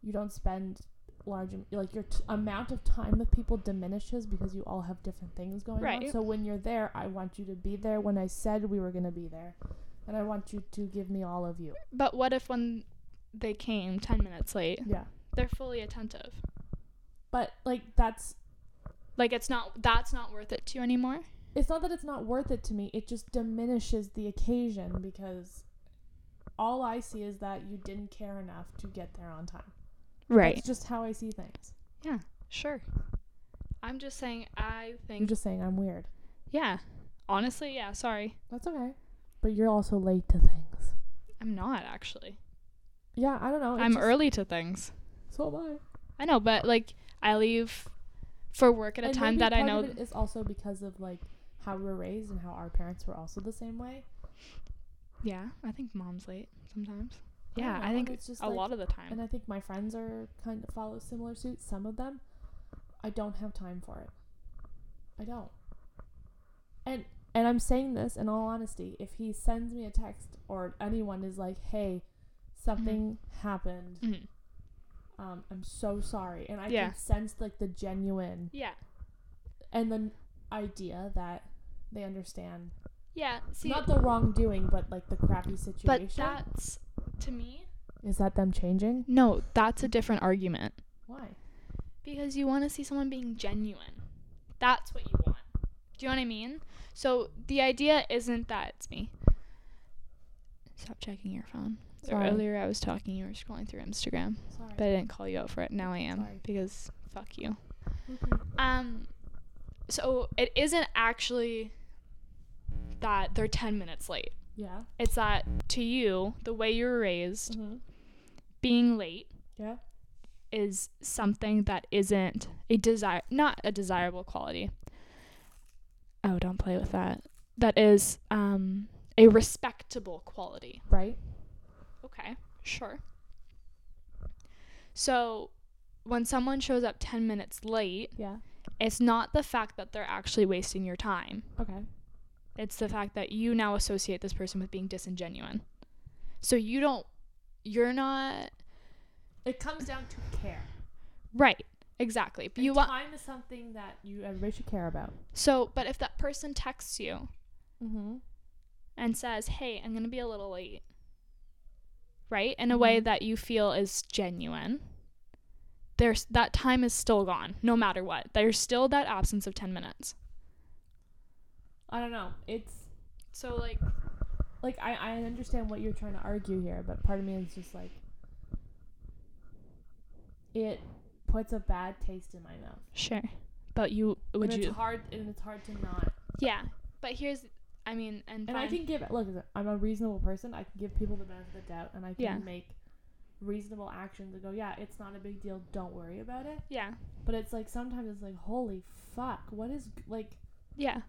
[SPEAKER 1] you don't spend large am- like your t- amount of time with people diminishes because you all have different things going on.
[SPEAKER 2] Right.
[SPEAKER 1] So when you're there, I want you to be there when I said we were going to be there, and I want you to give me all of you.
[SPEAKER 2] But what if when they came 10 minutes late,
[SPEAKER 1] Yeah.
[SPEAKER 2] they're fully attentive?
[SPEAKER 1] But like that's
[SPEAKER 2] Like it's not that's not worth it to you anymore.
[SPEAKER 1] it's not that it's not worth it to me it just diminishes the occasion because all i see is that you didn't care enough to get there on time that's just how i see things
[SPEAKER 2] Sure. I'm just saying I
[SPEAKER 1] you're
[SPEAKER 2] think
[SPEAKER 1] just saying i'm weird
[SPEAKER 2] yeah. Honestly, yeah, sorry.
[SPEAKER 1] that's okay but you're also late to things
[SPEAKER 2] I'm not actually.
[SPEAKER 1] yeah i don't know it's
[SPEAKER 2] I'm
[SPEAKER 1] Oh, just-
[SPEAKER 2] early to things.
[SPEAKER 1] so am i
[SPEAKER 2] I know, but like I leave for work at a
[SPEAKER 1] And
[SPEAKER 2] time
[SPEAKER 1] maybe
[SPEAKER 2] that I
[SPEAKER 1] part
[SPEAKER 2] know
[SPEAKER 1] of it is also because of like how we were raised and how our parents were also the same way
[SPEAKER 2] Yeah, I think mom's late sometimes.
[SPEAKER 1] I
[SPEAKER 2] Yeah,
[SPEAKER 1] don't
[SPEAKER 2] I,
[SPEAKER 1] know,
[SPEAKER 2] think
[SPEAKER 1] and it's just
[SPEAKER 2] a
[SPEAKER 1] like-
[SPEAKER 2] lot of the
[SPEAKER 1] and
[SPEAKER 2] time.
[SPEAKER 1] i think my friends are kind of follow similar suit some of them i don't have time for it i don't and and i'm saying this in all honesty if he sends me a text or anyone is like hey something happened
[SPEAKER 2] Mhm.
[SPEAKER 1] um i'm so sorry and i
[SPEAKER 2] Yeah.
[SPEAKER 1] can sense like the genuine
[SPEAKER 2] Yeah.
[SPEAKER 1] and then idea that they understand
[SPEAKER 2] Yeah. See,
[SPEAKER 1] not the wrongdoing, but like the crappy situation.
[SPEAKER 2] but that's to me. Mm-hmm.
[SPEAKER 1] Is that them changing?
[SPEAKER 2] No, that's a different argument
[SPEAKER 1] Why?
[SPEAKER 2] because you want to see someone being genuine. That's what you want. Do you know what I mean? So the idea isn't that it's me. Stop checking your phone. So
[SPEAKER 1] Sorry.
[SPEAKER 2] Earlier I was talking, you were scrolling through Instagram,
[SPEAKER 1] Sorry.
[SPEAKER 2] but I didn't call you out for it. Now I am
[SPEAKER 1] Sorry.
[SPEAKER 2] because fuck you.
[SPEAKER 1] Okay.
[SPEAKER 2] Um, so it isn't actually that they're 10 minutes late.
[SPEAKER 1] Yeah.
[SPEAKER 2] It's that to you, the way you were raised,
[SPEAKER 1] Mhm.
[SPEAKER 2] being late
[SPEAKER 1] Yeah.
[SPEAKER 2] is something that isn't a desire, not a desirable quality. Oh, don't play with that. That is um, a respectable quality.
[SPEAKER 1] Right.
[SPEAKER 2] Okay, sure. So when someone shows up 10 minutes late,
[SPEAKER 1] Yeah.
[SPEAKER 2] it's not the fact that they're actually wasting your time.
[SPEAKER 1] Okay.
[SPEAKER 2] It's the fact that you now associate this person with being disingenuine. So you don't, you're not,
[SPEAKER 1] It comes down to care.
[SPEAKER 2] right, exactly. But you
[SPEAKER 1] And
[SPEAKER 2] want,
[SPEAKER 1] time is something that you everybody should care about.
[SPEAKER 2] so, but if that person texts you
[SPEAKER 1] Mm-hmm.
[SPEAKER 2] and says, hey, I'm going to be a little late, right, in a way
[SPEAKER 1] Mm-hmm.
[SPEAKER 2] that you feel is genuine, there's, that time is still gone, no matter what. There's still that absence of 10 minutes.
[SPEAKER 1] I don't know. It's
[SPEAKER 2] So, like,
[SPEAKER 1] like I, I understand what you're trying to argue here, but part of me is just like it puts a bad taste in my mouth.
[SPEAKER 2] sure. But you, would
[SPEAKER 1] and
[SPEAKER 2] you?
[SPEAKER 1] It's hard and it's hard to not.
[SPEAKER 2] Yeah, but here's, I mean, and,
[SPEAKER 1] And I can
[SPEAKER 2] fine.
[SPEAKER 1] give look. I'm a reasonable person. I can give people the benefit of the doubt, and I can
[SPEAKER 2] Yeah.
[SPEAKER 1] make reasonable actions and go, yeah, it's not a big deal. Don't worry about it.
[SPEAKER 2] yeah,
[SPEAKER 1] But it's like sometimes it's like, holy fuck, what is like
[SPEAKER 2] yeah,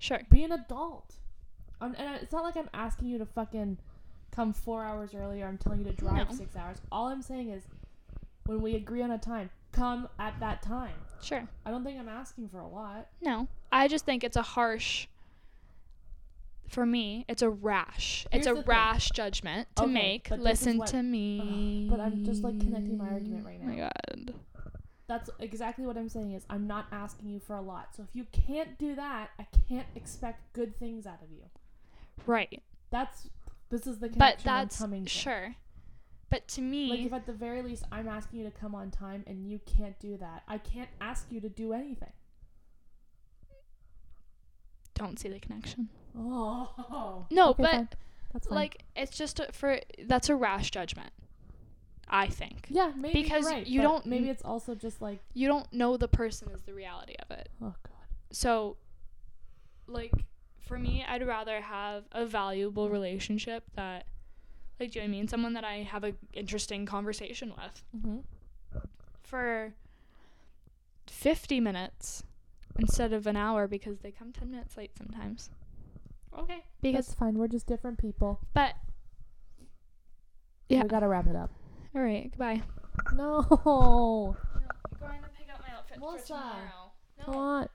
[SPEAKER 2] sure,
[SPEAKER 1] be an adult. Um, and I- it's not like I'm asking you to fucking come four hours earlier. I'm telling you to drive
[SPEAKER 2] No.
[SPEAKER 1] six hours. All I'm saying is, when we agree on a time, come at that time.
[SPEAKER 2] sure.
[SPEAKER 1] I don't think I'm asking for a lot.
[SPEAKER 2] No, I just think it's a harsh. For me, it's a rash.
[SPEAKER 1] Here's
[SPEAKER 2] it's
[SPEAKER 1] the
[SPEAKER 2] a
[SPEAKER 1] thing.
[SPEAKER 2] rash judgment to
[SPEAKER 1] Okay,
[SPEAKER 2] make.
[SPEAKER 1] but this is
[SPEAKER 2] Listen
[SPEAKER 1] what-
[SPEAKER 2] to me.
[SPEAKER 1] but I'm just, like, connecting my argument right
[SPEAKER 2] Oh my god.
[SPEAKER 1] That's exactly what I'm saying is I'm not asking you for a lot. So if you can't do that, I can't expect good things out of you.
[SPEAKER 2] Right,
[SPEAKER 1] That's this is the
[SPEAKER 2] but
[SPEAKER 1] connection
[SPEAKER 2] that's
[SPEAKER 1] I'm coming to.
[SPEAKER 2] sure. But to me,
[SPEAKER 1] Like if at the very least I'm asking you to come on time and you can't do that, I can't ask you to do anything.
[SPEAKER 2] don't see the connection.
[SPEAKER 1] Oh.
[SPEAKER 2] No,
[SPEAKER 1] Okay,
[SPEAKER 2] but
[SPEAKER 1] fine. That's fine.
[SPEAKER 2] like it's just a, for that's a rash judgment. I think
[SPEAKER 1] yeah, maybe you're
[SPEAKER 2] because
[SPEAKER 1] right,
[SPEAKER 2] you
[SPEAKER 1] but
[SPEAKER 2] don't-
[SPEAKER 1] Maybe it's also just like
[SPEAKER 2] you don't know the person is the reality of it.
[SPEAKER 1] oh god.
[SPEAKER 2] so like for me i'd rather have a valuable relationship that like do you know what i mean someone that i have a interesting conversation with
[SPEAKER 1] Mm-hmm.
[SPEAKER 2] for 50 minutes instead of an hour because they come 10 minutes late sometimes
[SPEAKER 1] Okay,
[SPEAKER 2] because
[SPEAKER 1] that's fine. We're just different people.
[SPEAKER 2] but yeah
[SPEAKER 1] we gotta wrap it up.
[SPEAKER 2] all right goodbye
[SPEAKER 1] No,
[SPEAKER 2] going to pick out my outfit
[SPEAKER 1] for Melissa. tomorrow. come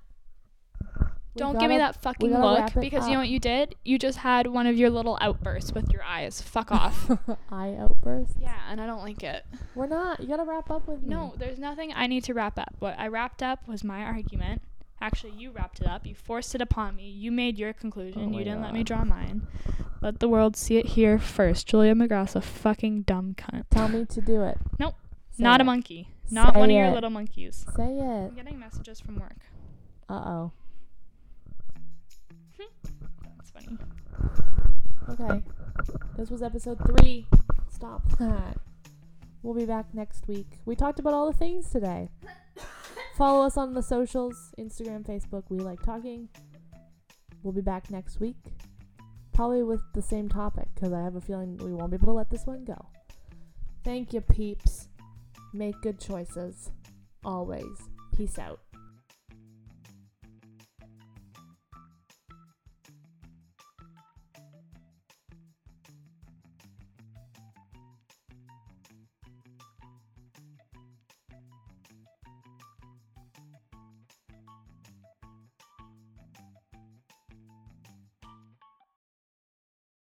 [SPEAKER 2] Don't give me that
[SPEAKER 1] we
[SPEAKER 2] fucking
[SPEAKER 1] gotta
[SPEAKER 2] look
[SPEAKER 1] wrap it
[SPEAKER 2] because you know
[SPEAKER 1] up.
[SPEAKER 2] what you did? You just had one of your little outbursts with your eyes. Fuck off.
[SPEAKER 1] eye outburst.
[SPEAKER 2] Yeah, and I don't like it.
[SPEAKER 1] We're not. You gotta wrap up with me.
[SPEAKER 2] No, there's nothing I need to wrap up. What I wrapped up was my argument. Actually, you wrapped it up. You forced it upon me. You made your conclusion.
[SPEAKER 1] Oh my
[SPEAKER 2] you didn't let me
[SPEAKER 1] God.
[SPEAKER 2] draw mine. Let the world see it here first. Julia McGrath's a fucking dumb cunt.
[SPEAKER 1] Tell me to do it.
[SPEAKER 2] Nope.
[SPEAKER 1] Say
[SPEAKER 2] Not
[SPEAKER 1] it.
[SPEAKER 2] a monkey. Not one
[SPEAKER 1] Say
[SPEAKER 2] of your
[SPEAKER 1] it.
[SPEAKER 2] little monkeys.
[SPEAKER 1] Say it.
[SPEAKER 2] I'm getting messages from work.
[SPEAKER 1] Uh oh.
[SPEAKER 2] That's funny.
[SPEAKER 1] Okay. This was episode three. Stop that. We'll be back next week. We talked about all the things today. Follow us on the socials Instagram, Facebook. We like talking. We'll be back next week. Probably with the same topic because I have a feeling we won't be able to let this one go. Thank you, peeps. Make good choices. Always. Peace out.